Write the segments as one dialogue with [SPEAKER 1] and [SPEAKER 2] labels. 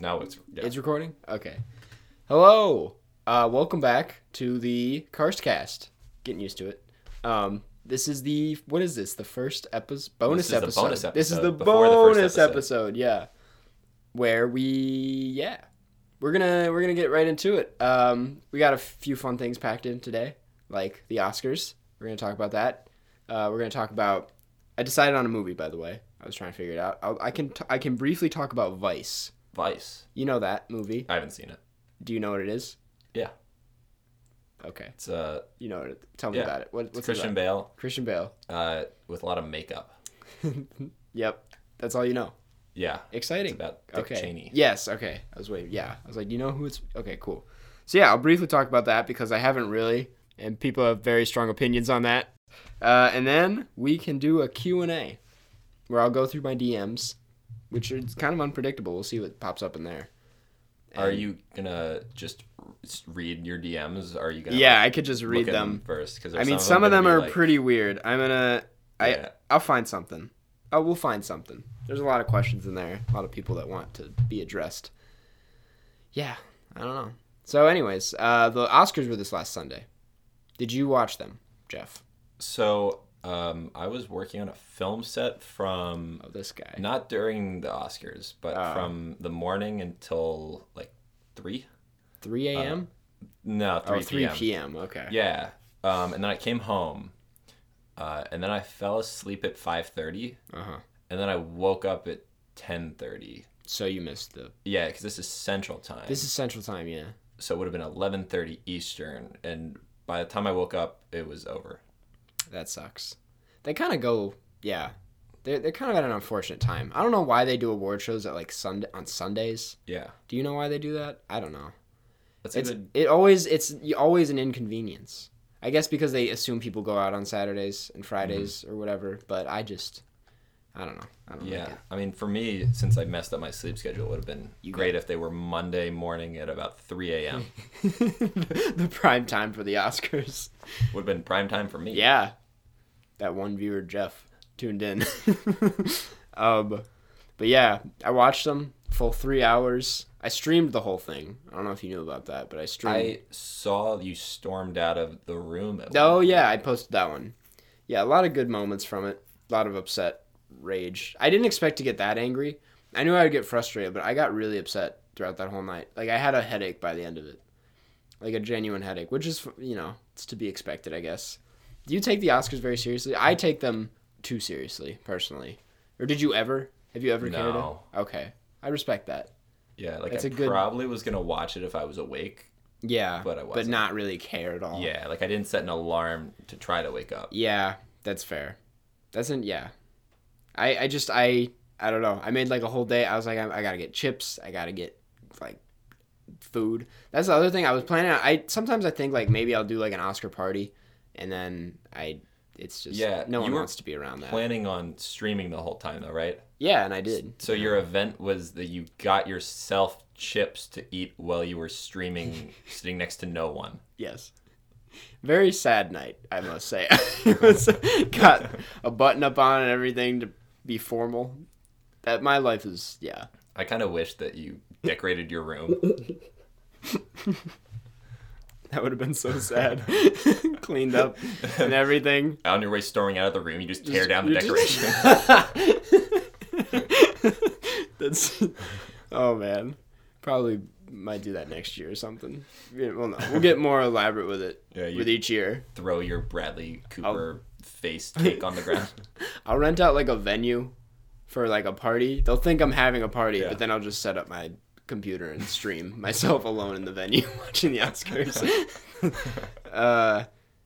[SPEAKER 1] Now it's yeah.
[SPEAKER 2] It's recording? Okay. Hello. Uh, welcome back to the Karstcast. Getting used to it. Um, this is the what is this? The first episode bonus
[SPEAKER 1] is the
[SPEAKER 2] episode.
[SPEAKER 1] bonus
[SPEAKER 2] This is
[SPEAKER 1] episode
[SPEAKER 2] the
[SPEAKER 1] before the first
[SPEAKER 2] bonus
[SPEAKER 1] episode.
[SPEAKER 2] episode, yeah. Where we yeah. We're gonna we're gonna get right into it. Um, we got a few fun things packed in today, like the Oscars. We're gonna talk about that. Uh, we're gonna talk about I decided on a movie, by the way. I was trying to figure it out. I'll, I can t- I can briefly talk about Vice.
[SPEAKER 1] Vice.
[SPEAKER 2] You know that movie.
[SPEAKER 1] I haven't seen it.
[SPEAKER 2] Do you know what it is?
[SPEAKER 1] Yeah,
[SPEAKER 2] Okay,
[SPEAKER 1] it's uh,
[SPEAKER 2] you know it. Tell me
[SPEAKER 1] Yeah.
[SPEAKER 2] about it. What, what's
[SPEAKER 1] Christian
[SPEAKER 2] It
[SPEAKER 1] Bale
[SPEAKER 2] about? Christian Bale.
[SPEAKER 1] uh, with a lot of makeup.
[SPEAKER 2] Yep, that's all you know.
[SPEAKER 1] Yeah,
[SPEAKER 2] Exciting.
[SPEAKER 1] it's about Dick
[SPEAKER 2] okay.
[SPEAKER 1] Cheney.
[SPEAKER 2] Yes. Okay. I was waiting. Yeah. I was like, you know who it's? Okay. Cool. So yeah, I'll briefly talk about that because I haven't really, and people have very strong opinions on that. Uh, and then we can do a Q and A, where I'll go through my DMs, which is kind of unpredictable. We'll see what pops up in there.
[SPEAKER 1] Are you gonna just r- s- read your DMs? Are you gonna
[SPEAKER 2] Yeah, I could just
[SPEAKER 1] look
[SPEAKER 2] read
[SPEAKER 1] at
[SPEAKER 2] them.
[SPEAKER 1] first? Because
[SPEAKER 2] I mean, some of them,
[SPEAKER 1] gonna
[SPEAKER 2] are
[SPEAKER 1] be like-
[SPEAKER 2] pretty weird. I'm gonna, I,
[SPEAKER 1] Yeah.
[SPEAKER 2] I'll find something. Oh, we'll find something. There's a lot of questions in there. A lot of people that want to be addressed. Yeah, I don't know. So, anyways, uh, the Oscars were this last Sunday. Did you watch them, Jeff?
[SPEAKER 1] So um, I was working on a film set from
[SPEAKER 2] Oh, this guy.
[SPEAKER 1] not during the Oscars, but
[SPEAKER 2] Oh.
[SPEAKER 1] from the morning until like three.
[SPEAKER 2] 3 a.m.
[SPEAKER 1] No,
[SPEAKER 2] oh,
[SPEAKER 1] Uh,
[SPEAKER 2] 3
[SPEAKER 1] three, p.m.
[SPEAKER 2] p.m. Okay.
[SPEAKER 1] Yeah, um, and then I came home, uh, and then I fell asleep at five thirty,
[SPEAKER 2] Uh huh.
[SPEAKER 1] and then I woke up at ten thirty.
[SPEAKER 2] So you missed the.
[SPEAKER 1] Yeah, because this is Central Time,
[SPEAKER 2] This is Central Time, yeah.
[SPEAKER 1] so it would have been eleven thirty Eastern, and by the time I woke up, it was over.
[SPEAKER 2] That sucks. They kind of go, yeah. They're they're kind of at an unfortunate time. I don't know why they do award shows at like Sunday on Sundays.
[SPEAKER 1] Yeah,
[SPEAKER 2] Do you know why they do that? I don't know.
[SPEAKER 1] that's a
[SPEAKER 2] It's
[SPEAKER 1] good.
[SPEAKER 2] it always it's y- always an inconvenience. I guess because they assume people go out on Saturdays and Fridays
[SPEAKER 1] Mm-hmm.
[SPEAKER 2] or whatever, but I just I don't know. I don't like
[SPEAKER 1] Yeah,
[SPEAKER 2] it.
[SPEAKER 1] I mean, for me, since I messed up my sleep schedule, it would have been
[SPEAKER 2] You
[SPEAKER 1] great if they were Monday morning at about three a.m.
[SPEAKER 2] the prime time for the Oscars.
[SPEAKER 1] would have been prime time for me.
[SPEAKER 2] Yeah. That one viewer Jeff tuned in. um but yeah, I watched them full 3 hours. I streamed the whole thing. I don't know if you knew about that, but I streamed
[SPEAKER 1] I saw you stormed out of the room. At
[SPEAKER 2] Oh yeah, I posted that one. Yeah, a lot of good moments from it. A lot of upset, rage. I didn't expect to get that angry. I knew I would get frustrated, but I got really upset throughout that whole night. Like I had a headache by the end of it, like a genuine headache, which is you know it's to be expected, I guess. Do you take the Oscars very seriously? I take them too seriously, personally. Or did you ever? Have you ever cared?
[SPEAKER 1] No.
[SPEAKER 2] Okay, I respect that.
[SPEAKER 1] Yeah, like
[SPEAKER 2] That's
[SPEAKER 1] I
[SPEAKER 2] a good-
[SPEAKER 1] probably was gonna watch it if I was awake.
[SPEAKER 2] Yeah,
[SPEAKER 1] But I
[SPEAKER 2] but
[SPEAKER 1] wasn't.
[SPEAKER 2] not really care at all.
[SPEAKER 1] Yeah, like I didn't set an alarm to try to wake up.
[SPEAKER 2] Yeah, that's fair. That's an yeah. I I just I I don't know. I made like a whole day. I was like I, I gotta get chips. I gotta get like food. That's the other thing I was planning. on. I sometimes I think like maybe I'll do like an Oscar party, and then I it's just
[SPEAKER 1] Yeah,
[SPEAKER 2] no one
[SPEAKER 1] you were
[SPEAKER 2] wants to be around that.
[SPEAKER 1] Planning on streaming the whole time though, right?
[SPEAKER 2] yeah, and I did.
[SPEAKER 1] So your event was that you got yourself chips to eat while you were streaming, sitting next to no one.
[SPEAKER 2] Yes. Very sad night, I must say. it was got a button up on and everything to be formal. That my life is yeah.
[SPEAKER 1] I kind of wish that you decorated your room.
[SPEAKER 2] That would have been so sad. Cleaned up and everything.
[SPEAKER 1] On your way storming out of the room, you just tear
[SPEAKER 2] Just-
[SPEAKER 1] down the
[SPEAKER 2] you just-
[SPEAKER 1] decoration.
[SPEAKER 2] That's oh man. Probably might do that next year or something. Yeah, Well, no, we'll get more elaborate with it
[SPEAKER 1] Yeah, you-
[SPEAKER 2] with each year.
[SPEAKER 1] Throw your Bradley Cooper
[SPEAKER 2] Oh.
[SPEAKER 1] face cake on the ground.
[SPEAKER 2] I'll rent out like a venue for like a party. They'll think I'm having a party,
[SPEAKER 1] Yeah.
[SPEAKER 2] but then I'll just set up my computer and stream myself alone in the venue watching the Oscars. uh,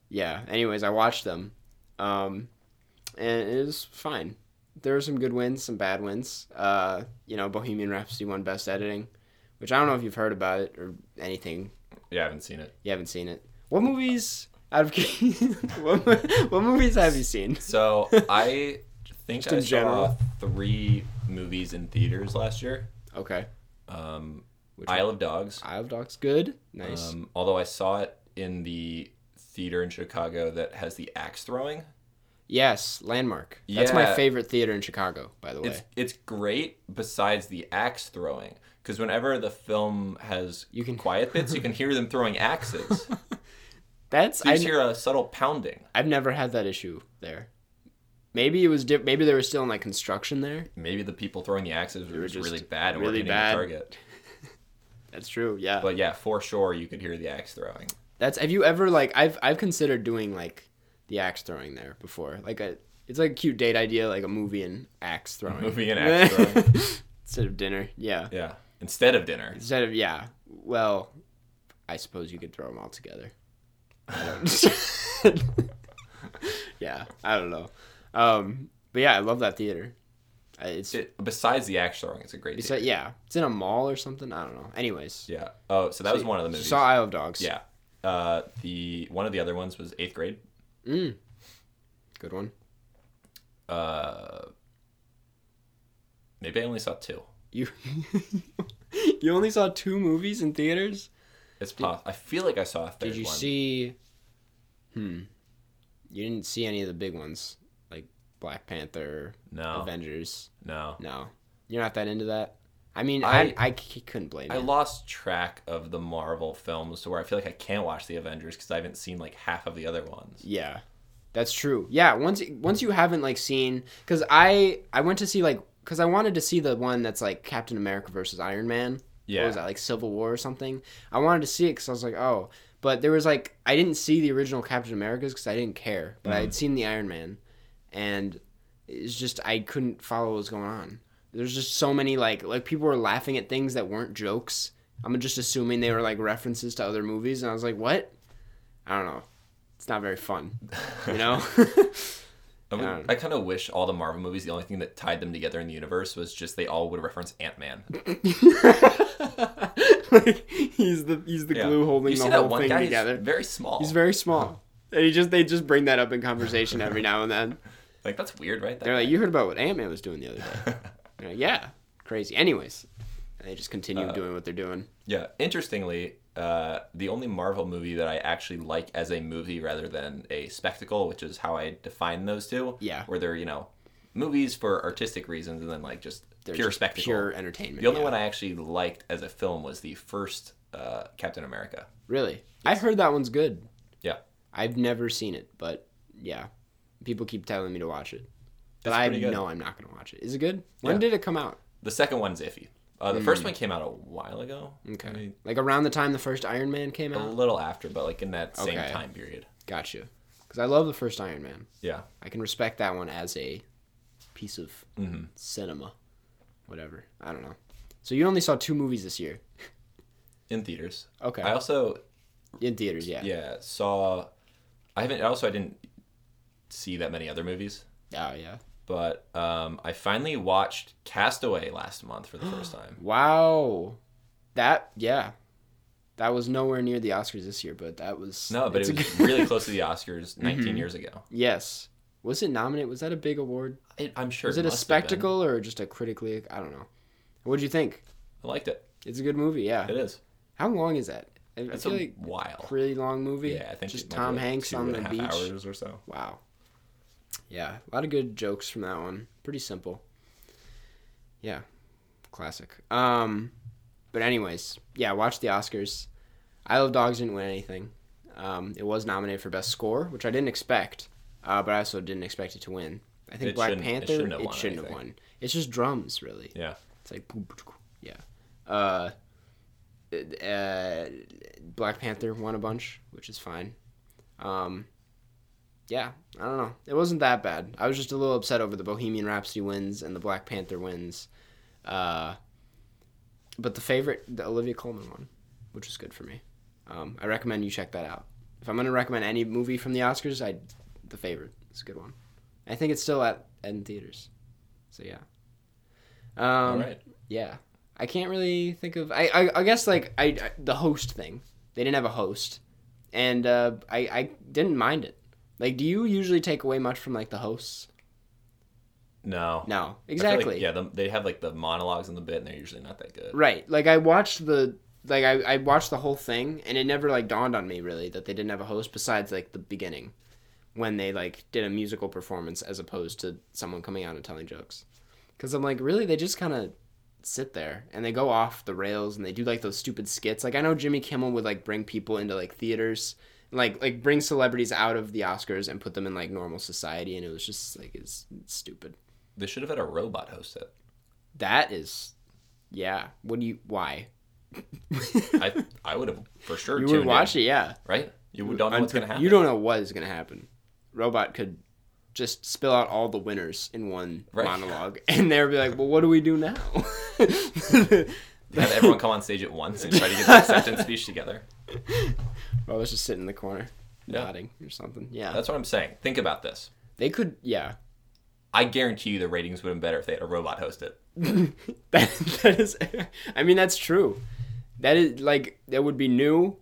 [SPEAKER 2] yeah. Anyways, I watched them, um, and it was fine. There were some good wins, some bad wins. Uh, you know, Bohemian Rhapsody won Best Editing, which I don't know if you've heard about it or anything.
[SPEAKER 1] Yeah, I haven't seen it.
[SPEAKER 2] You haven't seen it. What movies out of what, mo- what movies have you seen?
[SPEAKER 1] So I think
[SPEAKER 2] in
[SPEAKER 1] I saw
[SPEAKER 2] general.
[SPEAKER 1] three movies in theaters last year.
[SPEAKER 2] Okay,
[SPEAKER 1] Um,
[SPEAKER 2] Which
[SPEAKER 1] Isle of Dogs.
[SPEAKER 2] Isle of Dogs, good, nice.
[SPEAKER 1] Um, although I saw it in the theater in Chicago that has the axe throwing.
[SPEAKER 2] Yes, Landmark. That's my
[SPEAKER 1] Yeah.
[SPEAKER 2] favorite theater in Chicago, by the way.
[SPEAKER 1] It's it's great besides the axe throwing because whenever the film has
[SPEAKER 2] You can-
[SPEAKER 1] quiet bits, you can hear them throwing axes. so
[SPEAKER 2] That's
[SPEAKER 1] you
[SPEAKER 2] I,
[SPEAKER 1] just hear a subtle pounding.
[SPEAKER 2] I've never had that issue there. Maybe it was di- maybe they were still in like construction there.
[SPEAKER 1] Maybe the people throwing the axes were,
[SPEAKER 2] were
[SPEAKER 1] just really
[SPEAKER 2] just
[SPEAKER 1] bad and were
[SPEAKER 2] really
[SPEAKER 1] hitting
[SPEAKER 2] bad.
[SPEAKER 1] the target.
[SPEAKER 2] That's true. Yeah.
[SPEAKER 1] But yeah, for sure you could hear the axe throwing.
[SPEAKER 2] That's have you ever like I've I've considered doing like the axe throwing there before. Like a it's like a cute date idea, like a movie and axe throwing.
[SPEAKER 1] Movie and axe throwing.
[SPEAKER 2] Instead of dinner. Yeah.
[SPEAKER 1] Yeah. Instead of dinner.
[SPEAKER 2] Instead of yeah. Well, I suppose you could throw them all together. I don't- yeah, I don't know. Um, but yeah, I love that theater. I- It's
[SPEAKER 1] It- besides the axe throwing, it's a great.
[SPEAKER 2] it's
[SPEAKER 1] date.
[SPEAKER 2] like, yeah, it's in a mall or something. I don't know. Anyways,
[SPEAKER 1] yeah. Oh, so that was one of the movies.
[SPEAKER 2] Saw Isle of Dogs.
[SPEAKER 1] Yeah. Uh, the one of the other ones was eighth grade.
[SPEAKER 2] Mm. Good one.
[SPEAKER 1] Uh, maybe I only saw two.
[SPEAKER 2] You you only saw two movies in theaters?
[SPEAKER 1] It's possible. I feel like I saw a third
[SPEAKER 2] Did you
[SPEAKER 1] one.
[SPEAKER 2] see? Hmm. You didn't see any of the big ones like Black Panther,
[SPEAKER 1] No,
[SPEAKER 2] Avengers.
[SPEAKER 1] no.
[SPEAKER 2] No, you're not that into that. I mean,
[SPEAKER 1] I-
[SPEAKER 2] I I, c- couldn't blame
[SPEAKER 1] I
[SPEAKER 2] you.
[SPEAKER 1] lost track of the Marvel films to where I feel like I can't watch the Avengers because I haven't seen like half of the other ones.
[SPEAKER 2] yeah, that's true. Yeah, once once you haven't like seen, because I I went to see like because I wanted to see the one that's like Captain America versus Iron Man. what was that like Civil War or something? I wanted to see it because I was like, oh, but there was like I didn't see the original Captain America's because I didn't care, but
[SPEAKER 1] Mm.
[SPEAKER 2] I had seen the Iron Man, and it's just I couldn't follow what was going on. There's just so many like like people were laughing at things that weren't jokes. I'm just assuming they were like references to other movies, and I was like, what? I don't know. It's not very fun, you know.
[SPEAKER 1] I, would-
[SPEAKER 2] Um,
[SPEAKER 1] I kind of wish all the Marvel movies, the only thing that tied them together in the universe was just they all would reference Ant Man.
[SPEAKER 2] like, he's the he's the glue holding
[SPEAKER 1] you see
[SPEAKER 2] the
[SPEAKER 1] that
[SPEAKER 2] whole
[SPEAKER 1] one
[SPEAKER 2] thing
[SPEAKER 1] guy?
[SPEAKER 2] together.
[SPEAKER 1] He's very small.
[SPEAKER 2] He's very small. And he just they just bring that up in conversation every now and then.
[SPEAKER 1] like that's weird, right? That
[SPEAKER 2] They're like, "You heard about what Ant Man was doing the other day?" They're like, yeah, crazy. Anyways, and they just continue
[SPEAKER 1] Uh,
[SPEAKER 2] doing what they're doing.
[SPEAKER 1] Yeah, interestingly, uh, the only Marvel movie that I actually like as a movie rather than a spectacle, which is how I define those two,
[SPEAKER 2] Yeah.
[SPEAKER 1] where they're you know movies for artistic reasons and then like just
[SPEAKER 2] They're
[SPEAKER 1] pure
[SPEAKER 2] just
[SPEAKER 1] spectacle.
[SPEAKER 2] pure entertainment.
[SPEAKER 1] the only
[SPEAKER 2] yeah.
[SPEAKER 1] one I actually liked as a film was the first uh, Captain America.
[SPEAKER 2] really, I heard that one's good.
[SPEAKER 1] Yeah,
[SPEAKER 2] I've never seen it, but yeah, people keep telling me to watch it. But
[SPEAKER 1] It's
[SPEAKER 2] I
[SPEAKER 1] pretty good.
[SPEAKER 2] know I'm not gonna watch it. Is it good? When
[SPEAKER 1] Yeah.
[SPEAKER 2] did it come out?
[SPEAKER 1] the second one's iffy. Uh, the first one came out a while ago.
[SPEAKER 2] Hmm. Okay,
[SPEAKER 1] maybe
[SPEAKER 2] like around the time the first Iron Man came
[SPEAKER 1] a
[SPEAKER 2] out.
[SPEAKER 1] little after, but like in that same
[SPEAKER 2] Okay.
[SPEAKER 1] time period.
[SPEAKER 2] Gotcha. Because I love the first Iron Man.
[SPEAKER 1] Yeah,
[SPEAKER 2] I can respect that one as a piece of
[SPEAKER 1] Mm-hmm.
[SPEAKER 2] cinema, whatever. I don't know. So you only saw two movies this year
[SPEAKER 1] in theaters.
[SPEAKER 2] Okay.
[SPEAKER 1] I also
[SPEAKER 2] in theaters, yeah.
[SPEAKER 1] yeah saw i haven't also i didn't see that many other movies
[SPEAKER 2] Oh yeah.
[SPEAKER 1] but um, i finally watched castaway last month for the first time
[SPEAKER 2] Wow. That yeah. That was nowhere near the Oscars this year, but that was
[SPEAKER 1] no but
[SPEAKER 2] it's
[SPEAKER 1] it
[SPEAKER 2] a
[SPEAKER 1] was
[SPEAKER 2] good- Mm-hmm.
[SPEAKER 1] really close to the oscars 19 years ago
[SPEAKER 2] yes. Was it nominated? Was that a big award?
[SPEAKER 1] it, i'm sure
[SPEAKER 2] Was it a
[SPEAKER 1] must have been.
[SPEAKER 2] spectacle or just a critically? I don't know. What'd you think?
[SPEAKER 1] i liked it
[SPEAKER 2] It's a good movie, yeah.
[SPEAKER 1] it is
[SPEAKER 2] How long is that? I, I
[SPEAKER 1] it's
[SPEAKER 2] feel
[SPEAKER 1] a
[SPEAKER 2] like
[SPEAKER 1] while
[SPEAKER 2] really long movie.
[SPEAKER 1] yeah i think
[SPEAKER 2] just
[SPEAKER 1] it might be
[SPEAKER 2] Tom
[SPEAKER 1] like
[SPEAKER 2] Hanks
[SPEAKER 1] two
[SPEAKER 2] on
[SPEAKER 1] and
[SPEAKER 2] the
[SPEAKER 1] a half
[SPEAKER 2] beach.
[SPEAKER 1] hours or so
[SPEAKER 2] Wow. Yeah, a lot of good jokes from that one. Pretty simple. Yeah, classic. Um, but anyways, yeah, watch the Oscars. I Love Dogs didn't win anything. Um, it was nominated for best score, which I didn't expect, uh, but I also didn't expect it to win. I think
[SPEAKER 1] It
[SPEAKER 2] Black
[SPEAKER 1] shouldn't- it
[SPEAKER 2] Panther. It
[SPEAKER 1] shouldn't
[SPEAKER 2] shouldn't
[SPEAKER 1] have
[SPEAKER 2] have,
[SPEAKER 1] won anything.
[SPEAKER 2] won. It's just drums, really.
[SPEAKER 1] yeah
[SPEAKER 2] It's like boom, boom, boom. yeah. Uh, uh, Black Panther won a bunch, which is fine. Um, yeah, I don't know. It wasn't that bad. I was just a little upset over the Bohemian Rhapsody wins and the Black Panther wins. Uh, but the favorite, the Olivia Colman one, which was good for me. Um, I recommend you check that out. If I'm gonna recommend any movie from the Oscars, I the favorite is a good one. I think it's still at in theaters. So yeah.
[SPEAKER 1] all
[SPEAKER 2] Um,
[SPEAKER 1] right
[SPEAKER 2] yeah, I can't really think of. I I, I guess like I, I- the host thing. They didn't have a host, and uh, I I didn't mind it. Like, do you usually take away much from like the hosts?
[SPEAKER 1] no
[SPEAKER 2] No,
[SPEAKER 1] I feel like-
[SPEAKER 2] exactly.
[SPEAKER 1] yeah the, they have like the monologues in the bit and they're usually not that good
[SPEAKER 2] Right. Like I watched the like I, I watched the whole thing and it never like dawned on me really that they didn't have a host besides like the beginning when they like did a musical performance as opposed to someone coming out and telling jokes. Cuz I'm like really they just kind of sit there and they go off the rails and they do like those stupid skits. Like I know Jimmy Kimmel would like bring people into like theaters, like like bring celebrities out of the Oscars and put them in like normal society, and it was just like it's, it's stupid.
[SPEAKER 1] They should have had a robot host it.
[SPEAKER 2] That is, yeah. What do you? Why?
[SPEAKER 1] I I would have for sure.
[SPEAKER 2] You
[SPEAKER 1] tuned
[SPEAKER 2] would
[SPEAKER 1] in,
[SPEAKER 2] watch it, yeah.
[SPEAKER 1] right? You would don't know what's
[SPEAKER 2] Unpre-
[SPEAKER 1] gonna happen.
[SPEAKER 2] You don't know what is gonna happen. Robot could just spill out all the winners in one
[SPEAKER 1] Right.
[SPEAKER 2] monologue, and they'd be like, "Well, what do we do now?"
[SPEAKER 1] have everyone come on stage at once and try to get the acceptance speech together.
[SPEAKER 2] I was just sitting in the corner,
[SPEAKER 1] Yeah.
[SPEAKER 2] nodding or something. Yeah,
[SPEAKER 1] That's what I'm saying. Think about this.
[SPEAKER 2] they could. Yeah,
[SPEAKER 1] I guarantee you the ratings would have been better if they had a robot host it.
[SPEAKER 2] that, that is. I mean, that's true. That is like that would be new.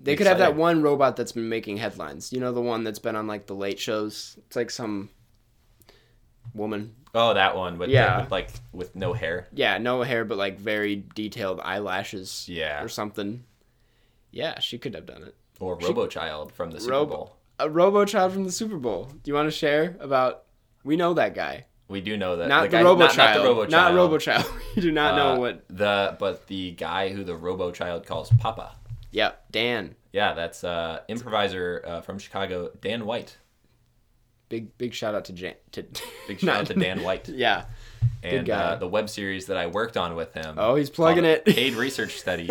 [SPEAKER 2] They could have that
[SPEAKER 1] Exciting.
[SPEAKER 2] one robot that's been making headlines. You know, the one that's been on like the late shows. It's like some woman
[SPEAKER 1] Oh, that one with,
[SPEAKER 2] Yeah.
[SPEAKER 1] with like with no hair.
[SPEAKER 2] Yeah, no hair, but like very detailed eyelashes.
[SPEAKER 1] Yeah.
[SPEAKER 2] Or something. Yeah, she could have done it.
[SPEAKER 1] Or Robo Child from the Super
[SPEAKER 2] Robo-
[SPEAKER 1] Bowl.
[SPEAKER 2] A Robo Child from the Super Bowl. Do you want to share about? We know that guy.
[SPEAKER 1] We do know that
[SPEAKER 2] Not the,
[SPEAKER 1] guy-
[SPEAKER 2] Robo
[SPEAKER 1] not,
[SPEAKER 2] Child.
[SPEAKER 1] not the Robo
[SPEAKER 2] Not
[SPEAKER 1] Child.
[SPEAKER 2] Robo Child. you do not
[SPEAKER 1] uh,
[SPEAKER 2] know what.
[SPEAKER 1] the but the guy who the Robo Child calls Papa.
[SPEAKER 2] Yep, Dan.
[SPEAKER 1] Yeah, that's uh, improviser uh, from Chicago, Dan White.
[SPEAKER 2] Big big shout out to Jan. To,
[SPEAKER 1] Big shout out to Dan White.
[SPEAKER 2] yeah.
[SPEAKER 1] and
[SPEAKER 2] guy.
[SPEAKER 1] uh, the web series that I worked on with him.
[SPEAKER 2] Oh, he's plugging
[SPEAKER 1] called
[SPEAKER 2] it.
[SPEAKER 1] Paid research study.